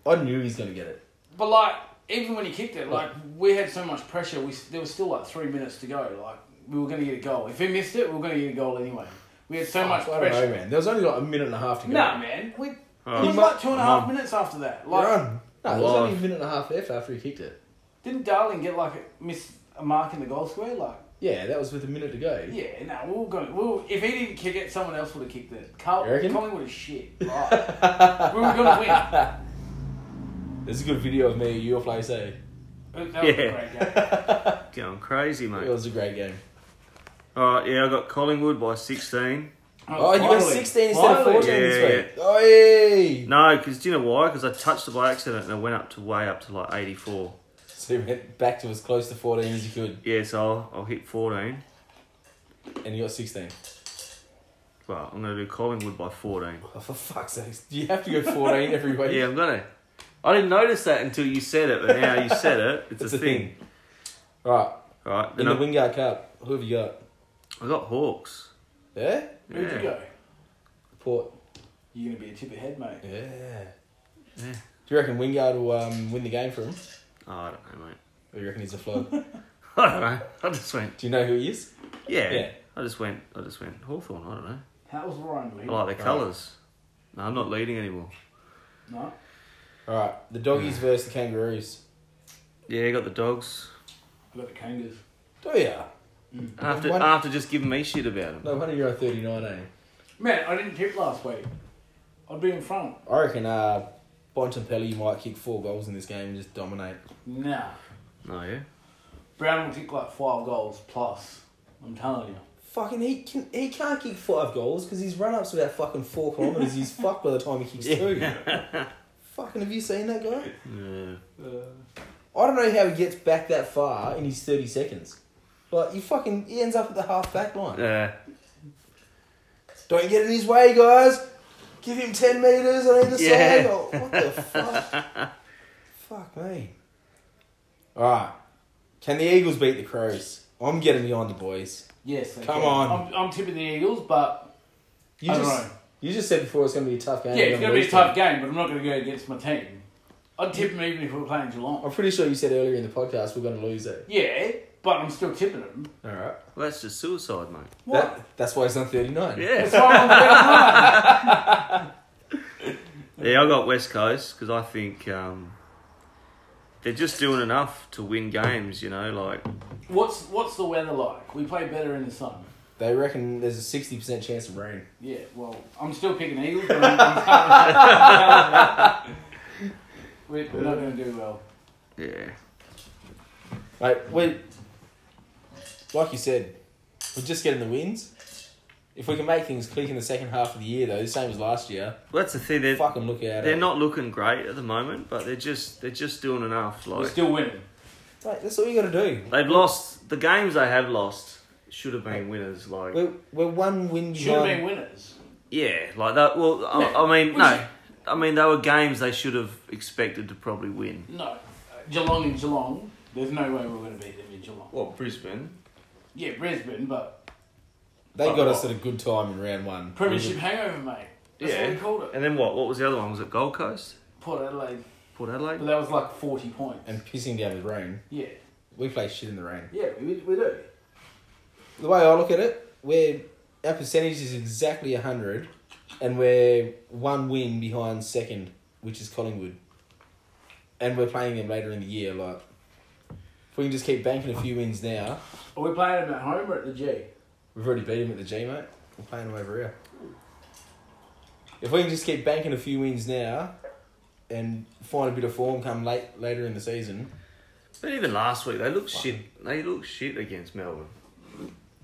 Speaker 1: I knew he was gonna get it.
Speaker 3: But like, even when he kicked it, like we had so much pressure. We s- there was still like three minutes to go. Like we were going to get a goal. If he missed it, we were going to get a goal anyway. We had so much
Speaker 1: I don't know,
Speaker 3: pressure.
Speaker 1: man. There was only like a minute and a half to go.
Speaker 3: No, man. We.
Speaker 2: Oh.
Speaker 3: it was
Speaker 1: He
Speaker 3: like
Speaker 1: mu-
Speaker 3: two and a half minutes after that. Like,
Speaker 1: Run. No, there was
Speaker 2: Alive.
Speaker 1: only a minute and a half left after he kicked it.
Speaker 3: didn't Darling get like a, miss a mark in the goal square? Like,
Speaker 1: Yeah, that was with a minute to go.
Speaker 3: yeah, no, we were going. We were, if he didn't kick it, someone else would have kicked it.
Speaker 1: You
Speaker 3: Carl,
Speaker 1: reckon?
Speaker 3: Collingwood is shit. Like, we were going to win.
Speaker 1: There's a good video of me at your place, eh?
Speaker 3: That was
Speaker 2: Yeah.
Speaker 3: a great game.
Speaker 2: Going crazy,
Speaker 1: It
Speaker 2: mate.
Speaker 1: was a great game.
Speaker 2: All right, yeah, I got Collingwood by 16.
Speaker 1: Oh, you got
Speaker 3: finally.
Speaker 1: 16 instead of
Speaker 3: Finally.
Speaker 1: 14
Speaker 2: Yeah,
Speaker 1: this week. Oi!
Speaker 2: No, because do you know why? Because I touched it by accident and it went up to way up to like 84.
Speaker 1: So he went back to as close to 14 as he could,
Speaker 2: Yeah, so I'll, I'll hit 14.
Speaker 1: and he got 16.
Speaker 2: Well, I'm going to do Collingwood by 14.
Speaker 1: Oh, for fuck's sake. Do you have to go 14 every week?
Speaker 2: Yeah, I'm going to. I didn't notice that until you said it, but now you said it, it's,
Speaker 1: It's
Speaker 2: a,
Speaker 1: a
Speaker 2: thing.
Speaker 1: thing. Right.
Speaker 2: Right,
Speaker 1: In
Speaker 2: then
Speaker 1: the
Speaker 2: I,
Speaker 1: Wingard Cup, who have you got?
Speaker 2: I got Hawks. Eh?
Speaker 1: Yeah?
Speaker 3: Where'd you
Speaker 2: Yeah.
Speaker 3: go?
Speaker 1: Port.
Speaker 3: You're gonna be a tip ahead, mate.
Speaker 1: Yeah.
Speaker 2: Yeah.
Speaker 1: Do you reckon Wingard will um, win the game for him?
Speaker 2: Oh, I don't know, mate.
Speaker 1: Or do you reckon he's a flop? Do
Speaker 2: I don't know. I just went,
Speaker 1: you know who he is?
Speaker 2: yeah.
Speaker 1: Yeah.
Speaker 2: I just went, I just went Hawthorn. I don't know.
Speaker 3: How was Ryan Lee?
Speaker 2: I like their colours. No, I'm not leading anymore.
Speaker 3: No.
Speaker 1: Alright, the doggies versus the kangaroos.
Speaker 2: Yeah, you got the dogs.
Speaker 3: I got the Kangas.
Speaker 1: Oh yeah.
Speaker 2: After
Speaker 1: Why-
Speaker 2: after just giving me shit about them.
Speaker 1: No wonder you're on 39, eh?
Speaker 3: Man, I didn't tip last week. I'd be in front.
Speaker 1: I reckon uh, Bontempelli might kick four goals in this game and just dominate.
Speaker 3: Nah.
Speaker 2: No, yeah.
Speaker 3: Brown will kick like five goals plus. I'm telling you.
Speaker 1: Fucking he can he can't kick five goals because his run ups about fucking four kilometers. He's fucked by the time he kicks two. fucking have you seen that guy?
Speaker 2: Yeah.
Speaker 1: Uh, I don't know how he gets back that far in his thirty seconds. Like he fucking he ends up at the half back line.
Speaker 2: Yeah.
Speaker 1: Don't get in his way, guys. Give him ten meters on either
Speaker 2: Yeah.
Speaker 1: side. Oh, what the fuck? fuck me. All right. Can the Eagles beat the Crows? I'm getting behind the boys.
Speaker 3: Yes. they
Speaker 1: Come
Speaker 3: can.
Speaker 1: on.
Speaker 3: I'm, I'm tipping the Eagles, but
Speaker 1: You
Speaker 3: I don't
Speaker 1: just
Speaker 3: know.
Speaker 1: you just said before it's going to be a tough game.
Speaker 3: yeah,
Speaker 1: You're
Speaker 3: it's
Speaker 1: gonna
Speaker 3: gonna be a
Speaker 1: lose
Speaker 3: tough
Speaker 1: them.
Speaker 3: game. But I'm not gonna go against my team. I'd tip them even if we we're playing Geelong.
Speaker 1: I'm pretty sure you said earlier in the podcast we're going to lose it.
Speaker 3: Yeah, but I'm still tipping them.
Speaker 1: All right.
Speaker 2: Well, that's just suicide, mate.
Speaker 3: What?
Speaker 1: That, that's why he's on 39.
Speaker 2: Yeah.
Speaker 3: So I'm gonna-
Speaker 2: Yeah, I got West Coast because I think um, they're just doing enough to win games. You know, like
Speaker 3: what's what's the weather like? We play better in the sun.
Speaker 1: They reckon there's a 60% chance of rain.
Speaker 3: Yeah, well, I'm still picking Eagles, but I'm, I'm we're not going to do well.
Speaker 2: yeah.
Speaker 1: Like, we, like you said, we're just getting the wins. If we can make things click in the second half of the year, though, the same as last year,
Speaker 2: Well, that's the thing. They're
Speaker 1: fucking look out.
Speaker 2: they're not looking great at the moment, but they're just they're just doing enough.
Speaker 3: We're
Speaker 2: Like
Speaker 3: still winning.
Speaker 1: Like, that's all you got to do.
Speaker 2: they've lost the games they have lost should have been winners. Like
Speaker 1: We're, we're one win
Speaker 3: Should have been
Speaker 1: behind.
Speaker 3: winners.
Speaker 2: yeah, like that. Well, I,
Speaker 3: No.
Speaker 2: I mean no, I mean they were games they should have expected to probably win.
Speaker 3: No, uh, Geelong in Geelong. There's no way we're going to beat them in Geelong.
Speaker 2: Well, Brisbane.
Speaker 3: Yeah, Brisbane, but
Speaker 1: They got
Speaker 3: Oh.
Speaker 1: us at a good time in round one.
Speaker 3: Premiership hangover, mate. That's
Speaker 2: yeah.
Speaker 3: what we called it.
Speaker 2: And then what? What was the other one? Was it Gold Coast?
Speaker 3: Port Adelaide.
Speaker 2: Port
Speaker 3: But
Speaker 2: Adelaid?
Speaker 3: that was like 40 points.
Speaker 1: And pissing down with rain.
Speaker 3: yeah,
Speaker 1: We play shit in the rain.
Speaker 3: yeah, we, we do.
Speaker 1: the way I look at it, we're our percentage is exactly hundred, and we're one win behind second, which is Collingwood, and we're playing them later in the year. Like, if we can just keep banking a few wins now,
Speaker 3: Are we playing them at home or at the G?
Speaker 1: we've already beat them at the G, mate. We're playing them over here. If we can just keep banking a few wins now, and find a bit of form come late later in the season,
Speaker 2: But even last week, they looked shit. They looked shit against Melbourne.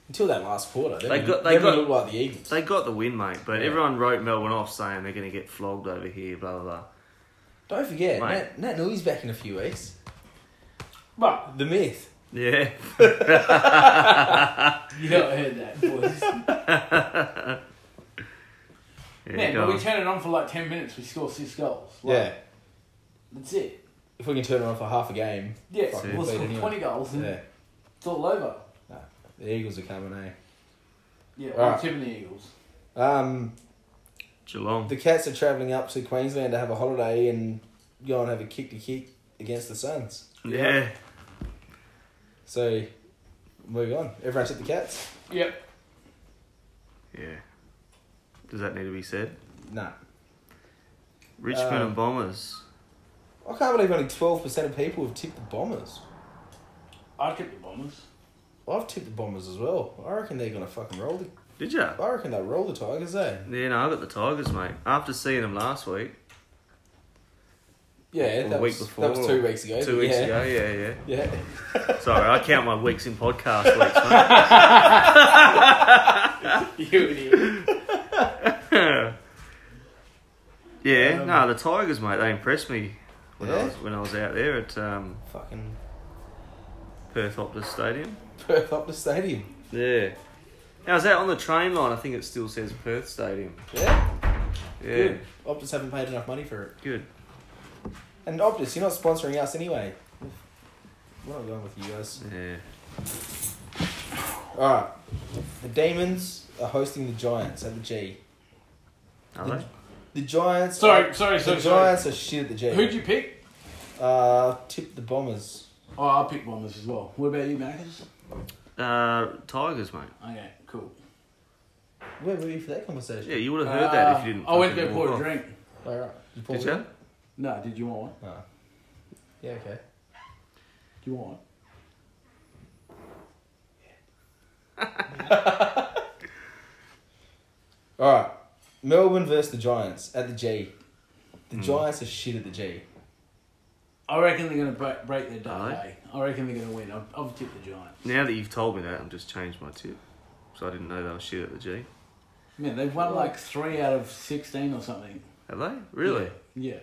Speaker 1: until that last quarter, they,
Speaker 2: They
Speaker 1: haven't-
Speaker 2: got-
Speaker 1: they
Speaker 2: they
Speaker 1: haven't
Speaker 2: got-
Speaker 1: looked like the Eagles.
Speaker 2: They got the win, mate. But
Speaker 1: Yeah.
Speaker 2: everyone wrote Melbourne off saying they're going to get flogged over here. Blah blah blah.
Speaker 1: Don't forget,
Speaker 2: Mate.
Speaker 1: Nat, Nat Nui's back in a few weeks.
Speaker 3: But
Speaker 1: The myth.
Speaker 2: Yeah.
Speaker 3: you don't heard that voice.
Speaker 2: Yeah,
Speaker 3: Man,
Speaker 2: go
Speaker 3: but we
Speaker 2: on.
Speaker 3: turn it on for like 10 minutes, we score six goals. Like,
Speaker 1: yeah.
Speaker 3: That's it.
Speaker 1: If we can turn it on for half a game,
Speaker 3: Yeah,
Speaker 1: fucking
Speaker 3: we'll
Speaker 1: beat
Speaker 3: score
Speaker 1: anyone.
Speaker 3: 20 goals
Speaker 2: Mm.
Speaker 3: and
Speaker 1: Yeah.
Speaker 3: it's all over.
Speaker 1: Nah, the Eagles are coming, eh?
Speaker 3: Yeah,
Speaker 1: All
Speaker 3: we're
Speaker 1: right.
Speaker 3: tipping the Eagles.
Speaker 1: Um,
Speaker 2: Geelong.
Speaker 1: the Cats are travelling up to Queensland to have a holiday and go and have a kick to kick against the Suns.
Speaker 2: yeah.
Speaker 1: So, move on. Everyone took the Cats?
Speaker 3: Yep.
Speaker 2: Yeah. Does that need to be said?
Speaker 1: Nah.
Speaker 2: Richmond
Speaker 1: Um,
Speaker 2: and Bombers.
Speaker 1: I can't believe only 12% of people have tipped the Bombers.
Speaker 3: I'd tip the Bombers.
Speaker 1: I've tipped the Bombers as well. I reckon they're going to fucking roll the...
Speaker 2: Did you?
Speaker 1: I reckon they'll roll the Tigers, eh?
Speaker 2: Yeah, no, I got the Tigers, mate. After seeing them last week,
Speaker 1: Yeah,
Speaker 2: or
Speaker 1: that,
Speaker 2: the week
Speaker 1: was,
Speaker 2: before,
Speaker 1: that was
Speaker 2: or
Speaker 1: two weeks ago.
Speaker 2: Two
Speaker 1: but
Speaker 2: weeks
Speaker 1: yeah.
Speaker 2: ago, yeah, yeah.
Speaker 1: Yeah.
Speaker 2: Sorry, I count my weeks in podcast weeks, mate.
Speaker 3: You idiot.
Speaker 2: Yeah, no, the Tigers, mate. They impressed me when
Speaker 1: Yeah?
Speaker 2: I was when I was out there at um,
Speaker 1: fucking
Speaker 2: Perth Optus Stadium.
Speaker 1: Perth up the stadium.
Speaker 2: Yeah. Now, is that on the train line? I think it still says Perth Stadium.
Speaker 1: Yeah.
Speaker 2: Yeah.
Speaker 1: Good. Optus haven't paid enough money for it.
Speaker 2: Good.
Speaker 1: And Optus, you're not sponsoring us anyway. We're not going with you guys.
Speaker 2: Yeah.
Speaker 1: All right. The Demons are hosting the Giants at the G.
Speaker 2: Are they?
Speaker 1: The Giants.
Speaker 3: Sorry, sorry, sorry,
Speaker 1: The
Speaker 3: sorry.
Speaker 1: Giants are shit at the G.
Speaker 3: Who'd you pick?
Speaker 1: Uh, tip the Bombers.
Speaker 3: Oh, I'll pick Bombers as well. What about you, Marcus?
Speaker 2: Uh, Tigers, mate.
Speaker 3: Okay, cool.
Speaker 1: Where were you for that conversation?
Speaker 2: Yeah, you would have heard that if you didn't.
Speaker 3: Uh, I went
Speaker 2: fucking
Speaker 3: there for
Speaker 2: walk
Speaker 3: a
Speaker 2: on.
Speaker 3: drink.
Speaker 1: All right. You pulled
Speaker 2: Did
Speaker 1: it?
Speaker 2: you?
Speaker 3: No, did you want one?
Speaker 1: Oh. Yeah. Okay.
Speaker 3: Do you want one?
Speaker 1: All right. Melbourne versus the Giants at the G.
Speaker 2: Hmm.
Speaker 1: The Giants are shit at the G.
Speaker 3: I reckon they're going to break, break their
Speaker 2: Aye.
Speaker 3: day. I reckon they're going to win. I've, I've tipped the Giants.
Speaker 2: Now that you've told me that, I've just changed my tip. So I didn't know they were shit at the G.
Speaker 3: Man, they've won like three out of 16 or something.
Speaker 2: Have they? Really?
Speaker 3: Yeah.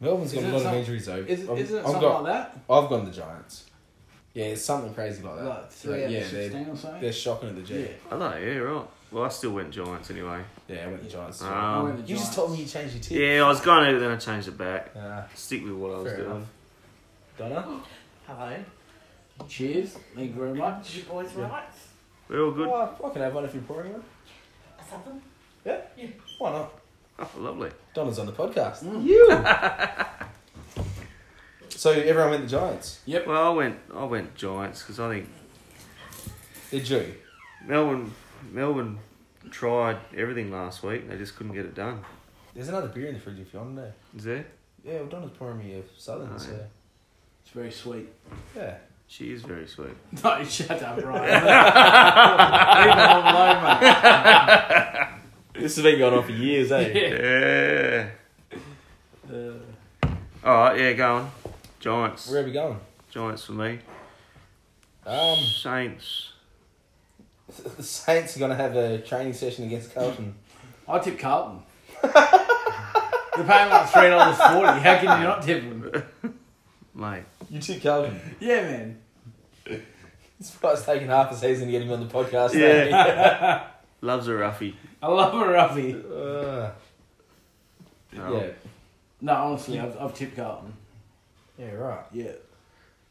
Speaker 1: Melbourne's got
Speaker 3: Isn't
Speaker 1: a lot
Speaker 3: it some-
Speaker 1: of injuries though.
Speaker 3: Is,
Speaker 1: I've-
Speaker 3: isn't it
Speaker 1: I've
Speaker 3: something
Speaker 1: got-
Speaker 3: like that?
Speaker 1: I've gone the Giants. Yeah, it's something crazy like that.
Speaker 3: Like Uh, three
Speaker 1: Like,
Speaker 3: out
Speaker 1: yeah,
Speaker 3: of 16
Speaker 1: they're,
Speaker 3: or something?
Speaker 1: they're shocking at the G.
Speaker 3: yeah.
Speaker 1: Yeah,
Speaker 2: Are they? Yeah, right. Well, I still went Giants anyway.
Speaker 1: I went the Giants.
Speaker 2: Ah.
Speaker 3: I
Speaker 2: Um,
Speaker 3: went the
Speaker 1: you just
Speaker 3: Giants.
Speaker 1: told me you changed your tip.
Speaker 2: Yeah, I was going to, then I changed it back.
Speaker 1: Ah,
Speaker 2: Stick with what I was
Speaker 1: Fair
Speaker 2: doing.
Speaker 1: enough. Donna?
Speaker 5: Hello.
Speaker 3: Cheers. Thank you very
Speaker 5: Did
Speaker 3: much.
Speaker 5: you boys right?
Speaker 2: We're all good.
Speaker 1: Oh, I can have one if you're pouring one.
Speaker 5: Something?
Speaker 1: Yeah?
Speaker 5: Yeah.
Speaker 1: Why not?
Speaker 2: Oh, lovely.
Speaker 1: Donna's on the podcast. You! so everyone went the Giants.
Speaker 3: Yep.
Speaker 2: Well, I went. I went Giants because I think
Speaker 1: Did you?
Speaker 2: Melbourne. Melbourne tried everything last week. They just couldn't get it done.
Speaker 1: There's another beer in the fridge if you want to.
Speaker 2: Is there?
Speaker 1: Yeah, well, Donna's pouring me a Southern,
Speaker 2: Oh,
Speaker 1: so.
Speaker 3: It's very sweet.
Speaker 1: Yeah.
Speaker 2: She is very sweet.
Speaker 3: No, shut up, Ryan. Leave them alone, mate.
Speaker 1: This has been going on for years, eh?
Speaker 3: Yeah.
Speaker 2: Yeah.
Speaker 3: Uh,
Speaker 2: All right. Yeah, go on. Giants.
Speaker 1: Where are we going?
Speaker 2: Giants for me.
Speaker 1: Um,
Speaker 2: Saints.
Speaker 1: the Saints are going to have a training session against Carlton.
Speaker 3: I tip Carlton. They're paying like three dollars forty. How can you not tip them?
Speaker 2: Mate.
Speaker 1: you too, Carlton.
Speaker 3: Yeah, man.
Speaker 1: It's probably taken half a season to get him on the podcast. eh?
Speaker 2: Yeah. Loves a roughie.
Speaker 3: I love a roughie.
Speaker 1: eh? Uh,
Speaker 2: No,
Speaker 1: yeah.
Speaker 3: No, honestly, I've, I've tipped Carlton.
Speaker 1: Yeah, right.
Speaker 3: Yeah.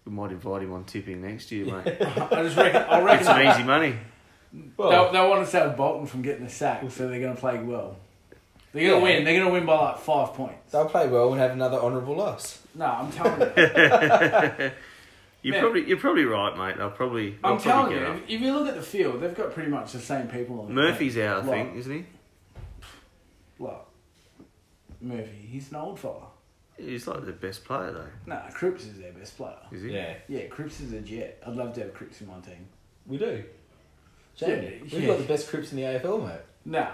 Speaker 2: We might invite him on tipping next year, mate.
Speaker 3: I just reckon. I
Speaker 2: Get
Speaker 3: reckon
Speaker 2: some
Speaker 3: they,
Speaker 2: easy money.
Speaker 1: Well,
Speaker 3: they, want to save Bolton from getting a sack, so they're going to play well. They're going to win. They're going to win by like five points.
Speaker 1: they'll play well and have another honourable loss.
Speaker 3: No, I'm telling you.
Speaker 2: You're
Speaker 3: Man.
Speaker 2: probably you're probably right, mate. They'll probably. They'll
Speaker 3: I'm
Speaker 2: probably
Speaker 3: telling
Speaker 2: get
Speaker 3: you.
Speaker 2: up.
Speaker 3: If, if you look at the field, they've got pretty much the same people. on the
Speaker 2: Murphy's
Speaker 3: team.
Speaker 2: out, I
Speaker 3: Like-
Speaker 2: think, isn't
Speaker 3: Like Murphy, he's an old fella.
Speaker 2: he? He's like the best player though,
Speaker 3: Nah, Cripps is their best player.
Speaker 2: is he?
Speaker 3: Yeah, Cripps is a jet. I'd love to have Cripps in my team.
Speaker 1: we do. Jamie,
Speaker 3: Yeah,
Speaker 1: we've
Speaker 3: yeah.
Speaker 1: got the best Crips in the AFL, mate.
Speaker 3: Nah.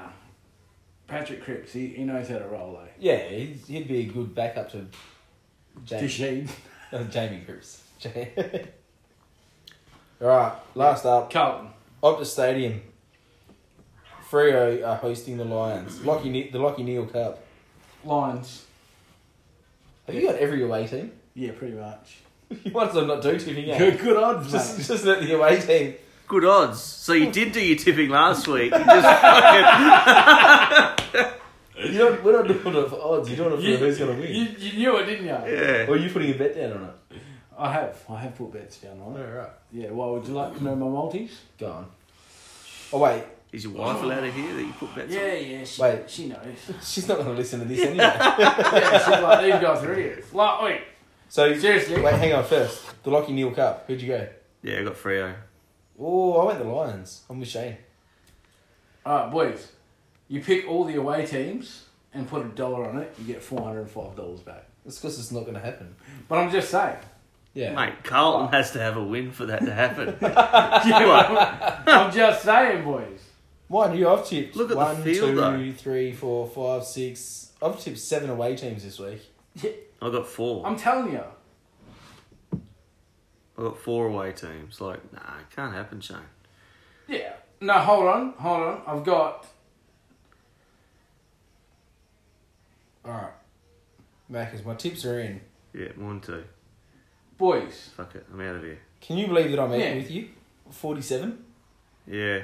Speaker 3: Patrick Cripps, he, he knows how to roll though.
Speaker 1: Yeah, he'd, he'd be a good backup to Jamie,
Speaker 3: Desheen.
Speaker 1: no, Jamie Cripps. All right, last up,
Speaker 3: Carlton.
Speaker 1: Optus Stadium. Frio are hosting the Lions. Lockie, Ne- the Lockie Neal Cup.
Speaker 3: Lions.
Speaker 1: Have you got every away team?
Speaker 3: Yeah, pretty much.
Speaker 1: You might as well not do tipping, yeah.
Speaker 3: Good, good odds,
Speaker 1: Just,
Speaker 3: mate.
Speaker 1: just let the away team
Speaker 2: Good odds. So you did do your tipping last week. You just fucking
Speaker 1: You don't, we're not doing it for odds. You're doing it for
Speaker 3: You-
Speaker 1: who's going to win.
Speaker 3: You, you knew it, didn't you?
Speaker 2: Yeah.
Speaker 1: or are you putting a bet down on it?
Speaker 3: I have. I have put bets down on it.
Speaker 1: All right.
Speaker 3: Yeah, well, would you like to know my multis?
Speaker 1: Go on. Oh, wait.
Speaker 2: Is your wife allowed to hear that you put bets on?
Speaker 3: yeah, she,
Speaker 1: Wait.
Speaker 3: she knows.
Speaker 1: She's not going to listen to this anyway.
Speaker 3: yeah, she's like, these guys are idiots. Like, wait,
Speaker 1: So,
Speaker 3: Seriously?
Speaker 1: Wait, hang on first. The Lockie Neal Cup. Who'd you go?
Speaker 2: Yeah, I got Freo.
Speaker 1: Oh, I went the Lions. I'm with Shane.
Speaker 3: alright, boys, you pick all the away teams and put a dollar on it, you get $405 back.
Speaker 1: It's because it's not going to happen.
Speaker 3: But I'm just saying.
Speaker 1: Yeah.
Speaker 2: Mate, Carlton has to have a win for that to happen.
Speaker 3: You know what I'm- I'm just saying, boys.
Speaker 1: Why do you? I've tipped
Speaker 2: Look at the
Speaker 1: one,
Speaker 2: field,
Speaker 1: two,
Speaker 2: though.
Speaker 1: three, four, five, six- I've tipped seven away teams this week.
Speaker 2: I got four.
Speaker 3: I'm telling you.
Speaker 2: I got four away teams. Like, nah, it can't happen, Shane.
Speaker 3: Yeah. No, hold on, hold on. I've got.
Speaker 1: All right. Maccas, my tips are in.
Speaker 2: Yeah, mine too.
Speaker 3: Boys.
Speaker 2: Fuck it, I'm out of here.
Speaker 1: Can you believe that I'm
Speaker 3: Yeah.
Speaker 1: eating with you? 47?
Speaker 2: Yeah.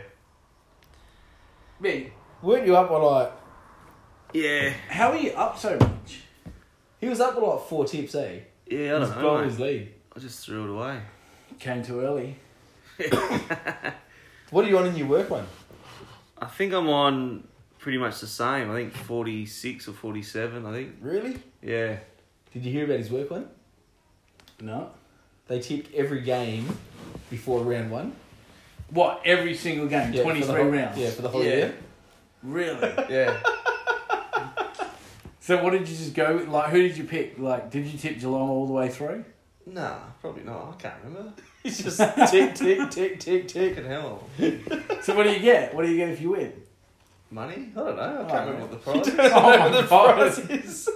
Speaker 3: Man,
Speaker 1: Weren't you up by like...
Speaker 2: Yeah.
Speaker 3: how are you up so much?
Speaker 1: He was up by like four tips, eh?
Speaker 2: Yeah, I
Speaker 1: He's
Speaker 2: don't know.
Speaker 1: blowing
Speaker 2: mate.
Speaker 1: his lead.
Speaker 2: I just threw it away.
Speaker 3: Came too early.
Speaker 1: What are you on in your work one?
Speaker 2: I think I'm on pretty much the same. I think 46 or 47, I think.
Speaker 1: Really?
Speaker 2: Yeah.
Speaker 1: Did you hear about his work one?
Speaker 3: No.
Speaker 1: They tipped every game before round one.
Speaker 3: What? Every single game,
Speaker 1: Yeah, for the
Speaker 3: 23
Speaker 1: whole-
Speaker 3: rounds.
Speaker 1: Yeah, for the whole
Speaker 2: Yeah.
Speaker 1: year.
Speaker 3: Really?
Speaker 2: Yeah.
Speaker 3: so, what did you just go with? Like, who did you pick? Like, did you tip Geelong all the way through?
Speaker 2: nah, probably not. I can't remember.
Speaker 1: It's just tick, tick, tick, tick, tick.
Speaker 2: Fucking hell.
Speaker 3: So, what do you get? What do you get if you win?
Speaker 2: Money? I don't know. I
Speaker 3: Oh, man.
Speaker 2: the prize is.
Speaker 3: Oh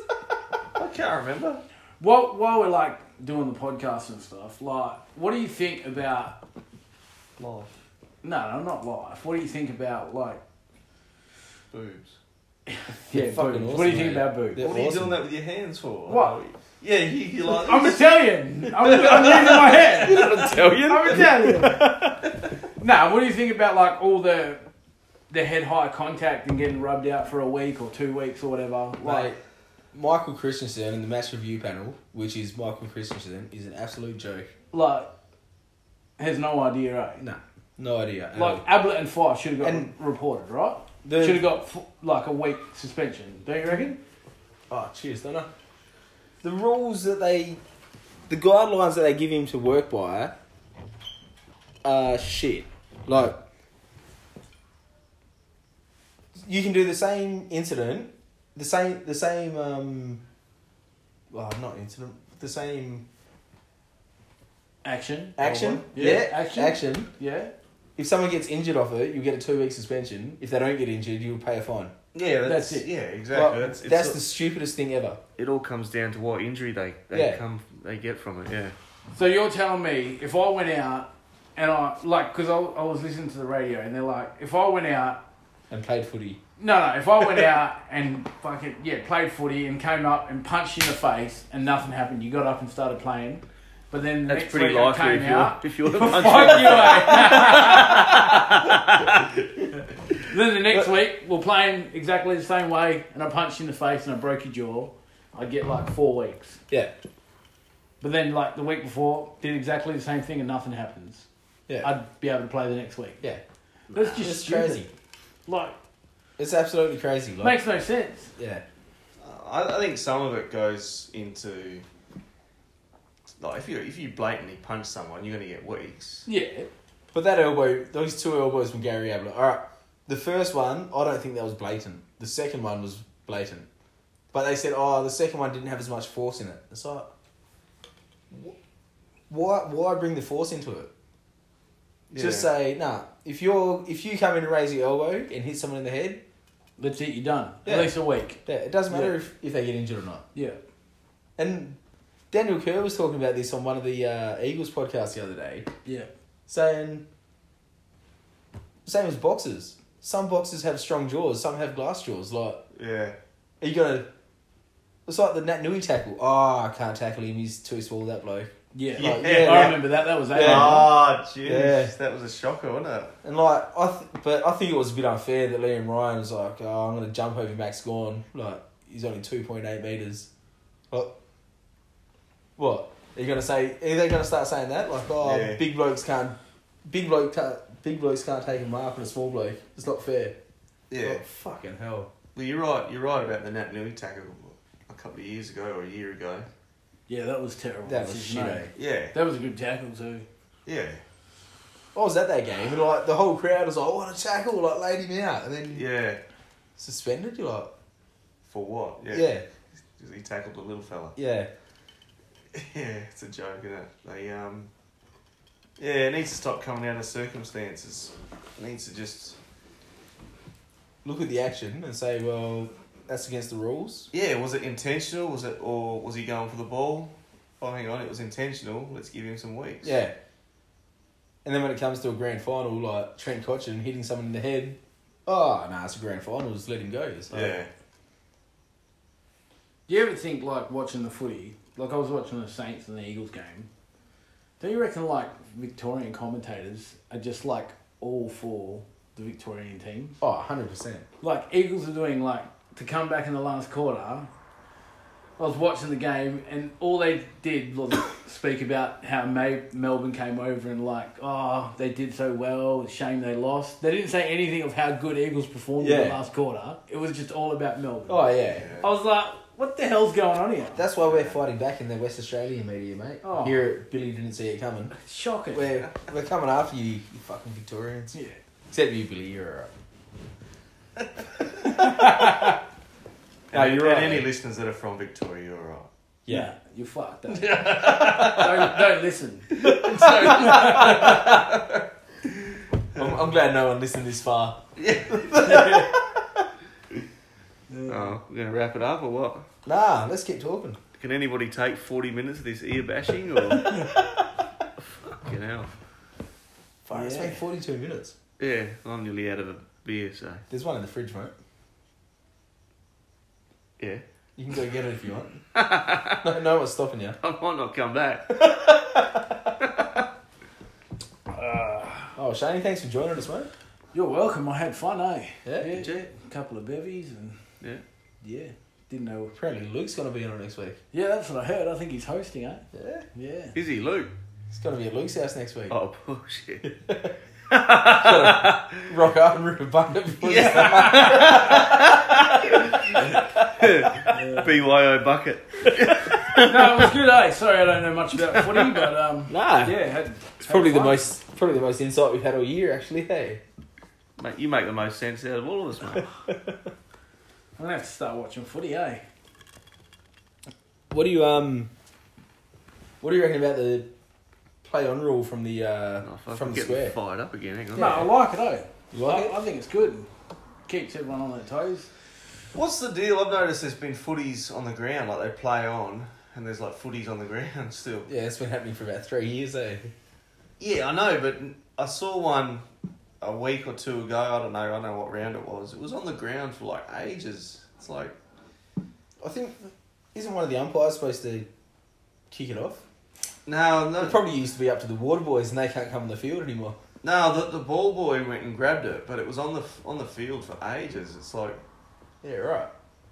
Speaker 3: my God.
Speaker 2: I can't remember.
Speaker 3: While, while we're like doing the podcast and stuff, like, what do you think about
Speaker 2: Life.
Speaker 3: No, no, not life. What do you think about like?
Speaker 2: Boobs.
Speaker 3: Yeah,
Speaker 1: They're fucking
Speaker 3: boobs.
Speaker 1: awesome,
Speaker 3: what do you think
Speaker 1: mate.
Speaker 3: about boobs?
Speaker 1: They're awesome.
Speaker 2: with your hands for?
Speaker 3: What?
Speaker 2: Yeah, you, you like
Speaker 3: I'm Italian. I'm, I'm losing my head.
Speaker 1: Italian?
Speaker 3: I'm Italian. nah, what do you think about like all the the head high contact and getting rubbed out for a week or two weeks or whatever? Like,
Speaker 1: Like, Michael Christensen in the match review panel, which is Michael Christensen, is an absolute joke.
Speaker 3: like has no idea, eh? right?
Speaker 1: No, no idea. at
Speaker 3: Like
Speaker 1: all.
Speaker 3: Ablett and Fire should have got
Speaker 1: And-
Speaker 3: reported, right?
Speaker 1: The-
Speaker 3: should have got f- like a week suspension. Don't you reckon?
Speaker 1: Oh, cheers, don't I? The rules that they, the guidelines that they give him to work by, are shit. Like, you can do the same incident, the same, the same, um, well, not incident, the same
Speaker 3: Action.
Speaker 1: action.
Speaker 3: Yeah.
Speaker 1: Yeah,
Speaker 3: Action.
Speaker 1: action.
Speaker 3: Yeah.
Speaker 1: If someone gets injured off it, you get a two week suspension. If they don't get injured, you'll pay a fine.
Speaker 2: Yeah,
Speaker 3: that's- That's it.
Speaker 2: Yeah,
Speaker 1: Like, that's the stupidest thing ever.
Speaker 2: it all comes down to what injury they, they
Speaker 1: Yeah.
Speaker 2: come they get from it. Yeah.
Speaker 3: So you're telling me if I went out and I like because I, I was listening to the radio and they're like if I went out
Speaker 1: And played footy.
Speaker 3: no no if I went out and fucking yeah played footy and came up and punched you in the face and nothing happened you got up and started playing but then the
Speaker 2: That's
Speaker 3: next
Speaker 2: pretty
Speaker 3: week I
Speaker 2: likely
Speaker 3: came
Speaker 2: if
Speaker 3: out
Speaker 2: you're if you're the
Speaker 3: fuck
Speaker 2: puncher.
Speaker 3: you eh? then the next week we're playing exactly the same way and I punched you in the face and I broke your jaw I get like four weeks
Speaker 1: Yeah.
Speaker 3: but then like the week before did exactly the same thing and nothing happens.
Speaker 1: Yeah.
Speaker 3: I'd be able to play the next week.
Speaker 1: yeah.
Speaker 3: That's just
Speaker 1: It's
Speaker 3: stupid.
Speaker 1: crazy.
Speaker 3: Like,
Speaker 1: It's absolutely crazy. Like,
Speaker 3: makes no sense.
Speaker 1: yeah.
Speaker 5: I, I think some of it goes into like if you if you blatantly punch someone, you're gonna get weeks.
Speaker 3: Yeah.
Speaker 1: But that elbow, those two elbows from Gary Ablett. All right. The first one, I don't think that was blatant. The second one was blatant. But they said, oh, the second one didn't have as much force in it. It's like, wh- why, why bring the force into it? Just
Speaker 5: Yeah.
Speaker 1: say, nah. If you're, if you come in and raise your elbow and hit someone in the head,
Speaker 3: That's it, you're done.
Speaker 1: Yeah.
Speaker 3: At least a week.
Speaker 1: yeah, it doesn't matter
Speaker 3: Yeah.
Speaker 1: if, if they get injured or not.
Speaker 3: Yeah.
Speaker 1: And Daniel Kerr was talking about this on one of the uh, Eagles podcasts the other day,
Speaker 3: Yeah.
Speaker 1: saying, same as boxers. Some boxers have strong jaws, some have glass jaws. Like,
Speaker 5: yeah,
Speaker 1: Ah, are you gonna? It's like the Nat Nui tackle. Oh, I can't tackle him. He's too small. That bloke.
Speaker 3: Yeah.
Speaker 2: Yeah.
Speaker 3: I remember that. That was that.
Speaker 2: Oh, jeez.
Speaker 1: Yeah.
Speaker 2: That was a shocker, wasn't it?
Speaker 1: And like I, th- but I think it was a bit unfair that Liam Ryan was like, "Oh, I'm gonna jump over Max Gorn." Like he's only two point eight meters. What? What? Are you gonna say? Are they gonna start saying that? Like, oh,
Speaker 2: Yeah.
Speaker 1: big blokes can't, big bloke can't, big blokes can't take a mark on a small bloke. It's not fair.
Speaker 2: Yeah.
Speaker 1: Oh, fucking hell.
Speaker 2: Well, you're right. You're right about the Nat Nui tackle a couple of years ago or a year ago.
Speaker 3: Yeah, that was terrible.
Speaker 1: That was
Speaker 3: Just
Speaker 1: shit,
Speaker 3: no.
Speaker 1: eh?
Speaker 2: Yeah.
Speaker 3: That was a good tackle too.
Speaker 2: Yeah.
Speaker 1: I was at that game and like the whole crowd was like, "Oh, "What a tackle!" Like laid him out and then
Speaker 2: Yeah.
Speaker 1: suspended. You're like,
Speaker 2: For what?
Speaker 1: yeah,
Speaker 2: 'Cause he tackled the little fella.
Speaker 1: yeah,
Speaker 2: Yeah, it's a joke, isn't it? They um, yeah, it needs to stop coming out of circumstances. It needs to just
Speaker 1: Look at the action and say, "Well, that's against the rules."
Speaker 2: yeah. Was it intentional? Was it or was he going for the ball? Oh, hang on, it was intentional. Let's give him some weeks.
Speaker 1: Yeah. And then when it comes to a grand final, like Trent Cotchin hitting someone in the head, oh, no, it's a grand final, just let him go. It's like-
Speaker 2: yeah,
Speaker 3: Do you ever think like watching the footy? Like I was watching the Saints and the Eagles game. Don't you reckon like Victorian commentators are just like all for the Victorian team?
Speaker 1: Oh, 100%.
Speaker 3: like Eagles are doing like to come back in the last quarter. I was watching the game and all they did was speak about how May- Melbourne came over and like, oh, they did so well. It's a Shame they lost. They didn't say anything of how good Eagles performed in the
Speaker 1: Yeah.
Speaker 3: last quarter. It was just all about Melbourne.
Speaker 1: Oh, yeah.
Speaker 3: I was like, what the hell's going on here?
Speaker 1: That's why we're fighting back in the West Australian media, mate.
Speaker 3: Oh.
Speaker 1: Here, at Billy didn't see it coming.
Speaker 3: Shocking.
Speaker 1: We're, we're coming after you, you fucking Victorians.
Speaker 3: yeah.
Speaker 1: Except you, Billy, you're alright.
Speaker 2: No,
Speaker 1: you're
Speaker 2: and
Speaker 1: right,
Speaker 2: any
Speaker 1: mate.
Speaker 2: listeners that are from Victoria, you're right.
Speaker 3: Yeah, you fucked up. don't, don't listen.
Speaker 1: I'm, I'm glad no one listened this far.
Speaker 6: Oh, we're gonna wrap it up or what?
Speaker 1: Nah, let's keep talking.
Speaker 6: Can anybody take forty minutes of this ear bashing or? Fucking hell.
Speaker 1: Fuck, it's
Speaker 3: Yeah.
Speaker 1: been 42 minutes.
Speaker 6: Yeah, I'm nearly out of a beer, so
Speaker 1: There's one in the fridge, mate.
Speaker 6: yeah.
Speaker 1: You can go get it if you want. no, no one's stopping you.
Speaker 6: I might not come back.
Speaker 1: Oh, Shane, thanks for joining us, mate.
Speaker 3: You're welcome. I had fun, eh?
Speaker 1: Yeah,
Speaker 6: did you?
Speaker 3: A couple of bevies and
Speaker 6: Yeah.
Speaker 3: yeah, didn't know.
Speaker 1: Apparently Luke's gonna be on next week.
Speaker 3: Yeah, that's what I heard. I think he's hosting, eh?
Speaker 1: Yeah.
Speaker 3: Yeah.
Speaker 6: Is he Luke?
Speaker 1: It's gonna be at Luke's house next week.
Speaker 6: Oh bullshit.
Speaker 1: Rock up and rip a bucket before you start.
Speaker 6: BYO bucket.
Speaker 3: no, it was good, eh? Sorry, I don't know much about footy, but um,
Speaker 1: Nah.
Speaker 3: yeah, had,
Speaker 1: It's probably the most probably the most insight we've had all year actually, hey.
Speaker 6: Mate, you make the most sense out of all of us, mate.
Speaker 3: I'm gonna have to start watching footy, eh?
Speaker 1: What do you um what do you reckon about the play on rule from the uh
Speaker 6: Oh, fuck,
Speaker 1: from
Speaker 6: I'm
Speaker 1: the
Speaker 6: getting
Speaker 1: square?
Speaker 6: fired up again. Hang on.
Speaker 3: No, I like it, eh?
Speaker 1: You like
Speaker 3: I, I think it's good. Keeps everyone on their toes.
Speaker 2: What's the deal? I've noticed there's been footies on the ground, like they play on, and there's like footies on the ground still.
Speaker 1: Yeah, it's been happening for about three years, eh?
Speaker 2: Yeah, I know, but I saw one a week or two ago. I don't know. I don't know what round it was. It was on the ground for like ages. It's like
Speaker 1: I think isn't one of the umpires supposed to kick it off?
Speaker 2: no,
Speaker 1: It
Speaker 2: no,
Speaker 1: probably used to be up to the water boys and they can't come on the field anymore.
Speaker 2: no. The, the ball boy went and grabbed it, but it was on the f- on the field for ages. It's like
Speaker 1: Yeah, right.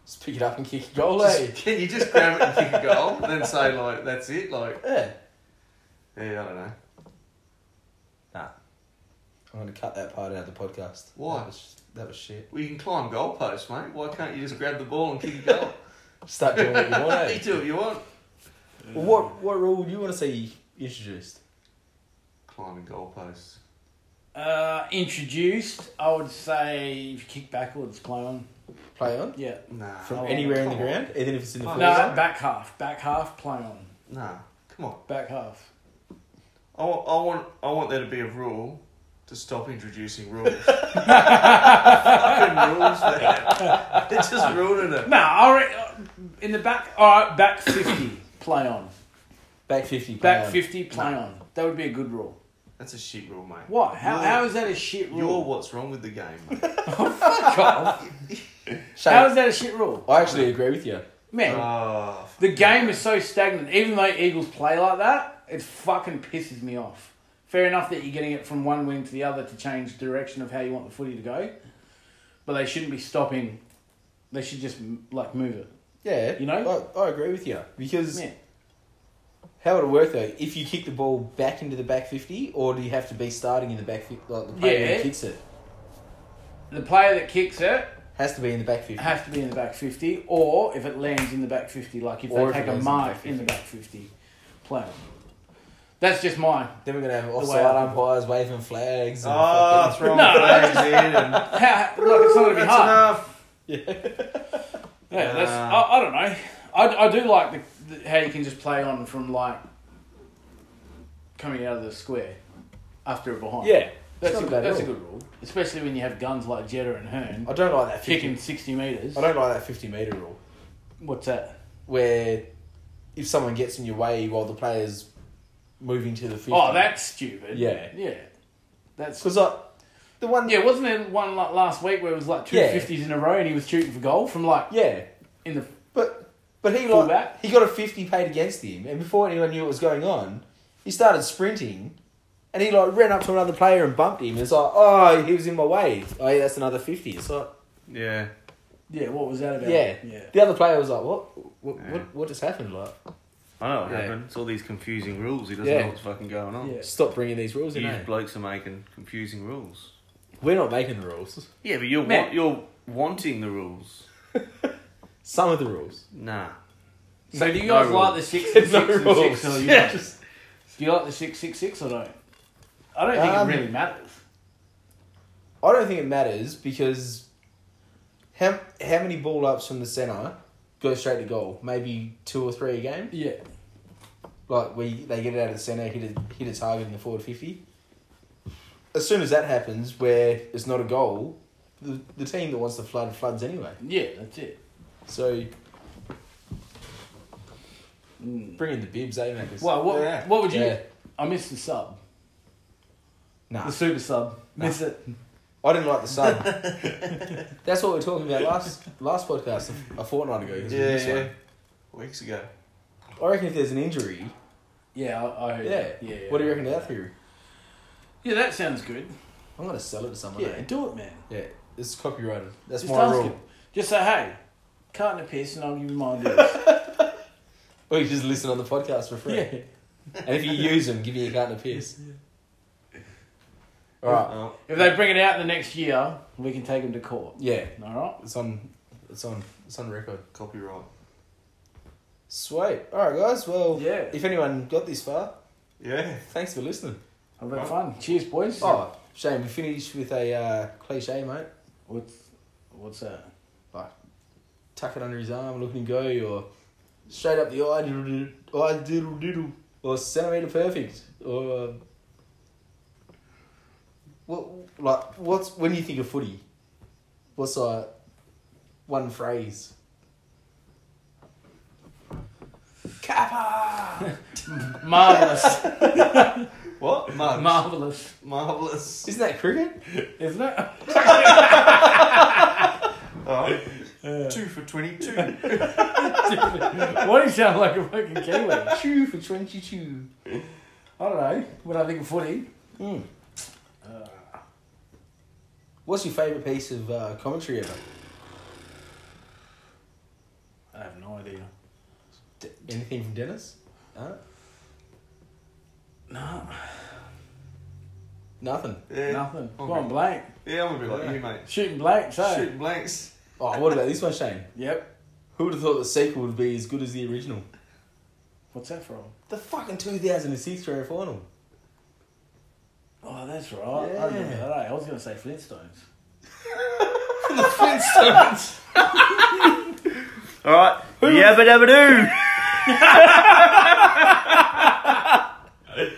Speaker 1: Just pick it up and kick a goal, eh?
Speaker 2: just, can you just grab it and kick a goal, and then say like that's it? Like
Speaker 1: Yeah.
Speaker 2: yeah, I don't know.
Speaker 1: Nah. I'm going to cut that part out of the podcast.
Speaker 2: Why?
Speaker 1: That was, that was shit.
Speaker 2: Well, you can climb goalposts, mate. Why can't you just grab the ball and kick a goal?
Speaker 1: Start doing what you want, eh?
Speaker 2: you do what you want.
Speaker 1: Well, what, what rule would you want to see introduced?
Speaker 2: Climbing goalposts.
Speaker 3: Uh, introduced, I would say if you kick backwards, play on.
Speaker 1: Play on?
Speaker 3: Yeah.
Speaker 2: Nah.
Speaker 1: From
Speaker 3: Oh,
Speaker 1: anywhere in the
Speaker 2: come on.
Speaker 1: ground? Even if it's in the
Speaker 2: Oh,
Speaker 1: oh,
Speaker 3: No,
Speaker 2: yeah.
Speaker 3: back half. Back half, play on.
Speaker 2: Nah. Come on.
Speaker 3: Back half.
Speaker 2: I want, I want, I want there to be a rule to stop introducing rules. Fucking rules, man. They're just ruining it.
Speaker 3: No, I re- uh, in the back. All right, back fifty, play on.
Speaker 1: Back 50. Play
Speaker 3: Back
Speaker 1: on.
Speaker 3: fifty, play on. That would be a good rule.
Speaker 2: That's a shit rule, mate.
Speaker 3: What? How,
Speaker 2: You're-
Speaker 3: how is that a shit rule?
Speaker 2: You're what's wrong with the game, mate.
Speaker 1: Shane,
Speaker 3: How is that a shit rule?
Speaker 1: I actually agree with you.
Speaker 3: Man,
Speaker 2: oh,
Speaker 3: The game is so stagnant. Even though Eagles play like that, it fucking pisses me off. Fair enough that you're getting it from one wing to the other to change direction of how you want the footy to go, but they shouldn't be stopping. They should just m- like move it.
Speaker 1: Yeah,
Speaker 3: You know?
Speaker 1: I, I agree with you because
Speaker 3: Yeah.
Speaker 1: how would it work though? If you kick the ball back into the back fifty, or do you have to be starting in the back fifty? Like the player
Speaker 3: Yeah.
Speaker 1: who kicks it
Speaker 3: The player that kicks it
Speaker 1: has to be in the back fifty.
Speaker 3: has to be in the back 50, or if it lands in the back 50, like if
Speaker 1: Or if
Speaker 3: they
Speaker 1: it
Speaker 3: take a
Speaker 1: lands in the
Speaker 3: mark
Speaker 1: back
Speaker 3: in the back 50, play it. That's just mine.
Speaker 1: Then we're gonna have
Speaker 3: way
Speaker 1: offside
Speaker 3: I-
Speaker 1: umpires waving flags. And
Speaker 5: Ah,
Speaker 1: fucking-
Speaker 5: throwing flags in and
Speaker 3: How, how- look, it's not going to be
Speaker 5: that's
Speaker 3: hard.
Speaker 5: enough.
Speaker 3: Yeah, that's,
Speaker 5: Nah.
Speaker 3: I, I don't know. I, I do like the, the, how you can just play on from like coming out of the square after a behind.
Speaker 1: yeah,
Speaker 3: that's,
Speaker 1: not
Speaker 3: a,
Speaker 1: bad at
Speaker 3: good- that's a
Speaker 1: all.
Speaker 3: good rule, especially when you have guns like Jetta and Hearn
Speaker 1: I don't like that fifty.
Speaker 3: kicking 60 metres.
Speaker 1: I don't like that fifty meter rule
Speaker 3: What's that?
Speaker 1: where if someone gets in your way while the player's moving to the fifty.
Speaker 3: Oh, that's stupid.
Speaker 1: Yeah.
Speaker 3: Yeah. That's
Speaker 1: because I the one
Speaker 3: Yeah, wasn't there one like last week where it was like two
Speaker 1: Yeah.
Speaker 3: fifties in a row and he was shooting for goal from like
Speaker 1: yeah
Speaker 3: in the
Speaker 1: But but he
Speaker 3: Full
Speaker 1: like
Speaker 3: back?
Speaker 1: he got a fifty paid against him, and before anyone knew what was going on, he started sprinting, and he like ran up to another player and bumped him. It's like oh he was in my way. Oh yeah, that's another fifty. It's like
Speaker 2: Yeah.
Speaker 3: yeah, what was that about?
Speaker 1: yeah.
Speaker 3: yeah.
Speaker 1: The other player was like what what
Speaker 2: Yeah.
Speaker 1: what, what just happened? Like
Speaker 2: I know what
Speaker 1: Yeah.
Speaker 2: happened. It's all these confusing rules. He doesn't
Speaker 1: Yeah.
Speaker 2: know what's fucking going on.
Speaker 3: Yeah.
Speaker 1: stop bringing these rules in.
Speaker 2: You
Speaker 1: eh?
Speaker 2: blokes are making confusing rules.
Speaker 1: We're not making the rules.
Speaker 2: Yeah, but you're
Speaker 3: Man.
Speaker 2: wa- you're wanting the rules.
Speaker 1: Some of the rules.
Speaker 2: Nah.
Speaker 3: So do you
Speaker 2: No
Speaker 3: guys
Speaker 2: rules.
Speaker 3: like the six and
Speaker 1: No
Speaker 3: six and
Speaker 1: rules.
Speaker 3: six or you
Speaker 2: Yeah.
Speaker 3: don't? do you like the six six six or don't? I don't think
Speaker 1: Um,
Speaker 3: it really matters.
Speaker 1: I don't think it matters because how how many ball ups from the center go straight to goal? Maybe two or three a game.
Speaker 3: Yeah.
Speaker 1: like we they get it out of the center, hit a hit a target in the forward fifty. As soon as that happens, where it's not a goal, the, the team that wants to flood floods anyway.
Speaker 3: Yeah, that's it.
Speaker 1: So
Speaker 3: Mm.
Speaker 1: bring in the bibs, eh, Maccas?
Speaker 3: Well what
Speaker 5: Yeah.
Speaker 3: what would you
Speaker 1: Yeah.
Speaker 3: I missed the sub.
Speaker 1: Nah,
Speaker 3: The super sub. Miss it.
Speaker 1: I didn't like the sub. That's what we were talking about last last podcast a, a fortnight ago. 'cause we
Speaker 5: Yeah,
Speaker 1: missed
Speaker 5: yeah.
Speaker 1: one.
Speaker 5: Weeks ago.
Speaker 1: I reckon if there's an injury,
Speaker 3: Yeah, I, I heard
Speaker 1: yeah.
Speaker 3: that. Yeah, yeah.
Speaker 1: What do you reckon to that theory?
Speaker 3: Yeah, that sounds good.
Speaker 1: I'm gonna sell it to someone.
Speaker 3: Yeah,
Speaker 1: eh?
Speaker 3: do it man.
Speaker 1: yeah. It's copyrighted. That's
Speaker 3: Just
Speaker 1: my
Speaker 3: ask
Speaker 1: rule.
Speaker 3: him. Just say, hey, cut in a piss and I'll give you my ideas.
Speaker 1: Or you just listen on the podcast for free.
Speaker 3: yeah.
Speaker 1: And if you use them, give me a carton of piss. All right.
Speaker 5: Oh,
Speaker 3: If they bring it out in the next year, we can take them to court.
Speaker 1: Yeah,
Speaker 3: All right.
Speaker 1: it's on. It's on. It's on record.
Speaker 5: copyright.
Speaker 1: Sweet. All right, guys. Well,
Speaker 3: Yeah.
Speaker 1: If anyone got this far,
Speaker 5: Yeah.
Speaker 1: thanks for listening.
Speaker 3: Have a bit of fun. Cheers, boys.
Speaker 1: Oh, shame we finished with a uh, cliche, mate.
Speaker 3: What's what's that?
Speaker 1: Tuck it under his arm, look at him go, or straight up the eye, diddle diddle, eye diddle diddle, or centimeter perfect, or uh, what? Like, what's when you think of footy? What's uh, one phrase?
Speaker 3: Marvelous.
Speaker 5: What? Mugs.
Speaker 3: Marvelous.
Speaker 5: Marvellous.
Speaker 1: Isn't that cricket?
Speaker 3: Isn't it?
Speaker 5: Oh, two for 22.
Speaker 3: Why do you sound like a fucking Kiwi? I
Speaker 1: Two for 22.
Speaker 3: don't know. When I think of footy,
Speaker 1: What's your favourite piece of uh, commentary ever?
Speaker 3: I have no idea.
Speaker 1: D- anything from Dennis? No?
Speaker 3: No,
Speaker 1: Nothing.
Speaker 5: Yeah.
Speaker 3: nothing.
Speaker 5: Okay.
Speaker 3: Go on, Blake.
Speaker 5: Yeah, I'm a bit like you, mate.
Speaker 3: Shooting Blake, so.
Speaker 5: Shooting blanks.
Speaker 1: Oh, what about this one, Shane?
Speaker 3: Yep.
Speaker 1: Who would have thought the sequel would be as good as the original?
Speaker 3: What's that from?
Speaker 1: The fucking 2006 grand final.
Speaker 3: Oh, that's right. I remember
Speaker 1: Yeah.
Speaker 3: that. eh? I was going to say Flintstones.
Speaker 2: All right. Yabba dabba doo.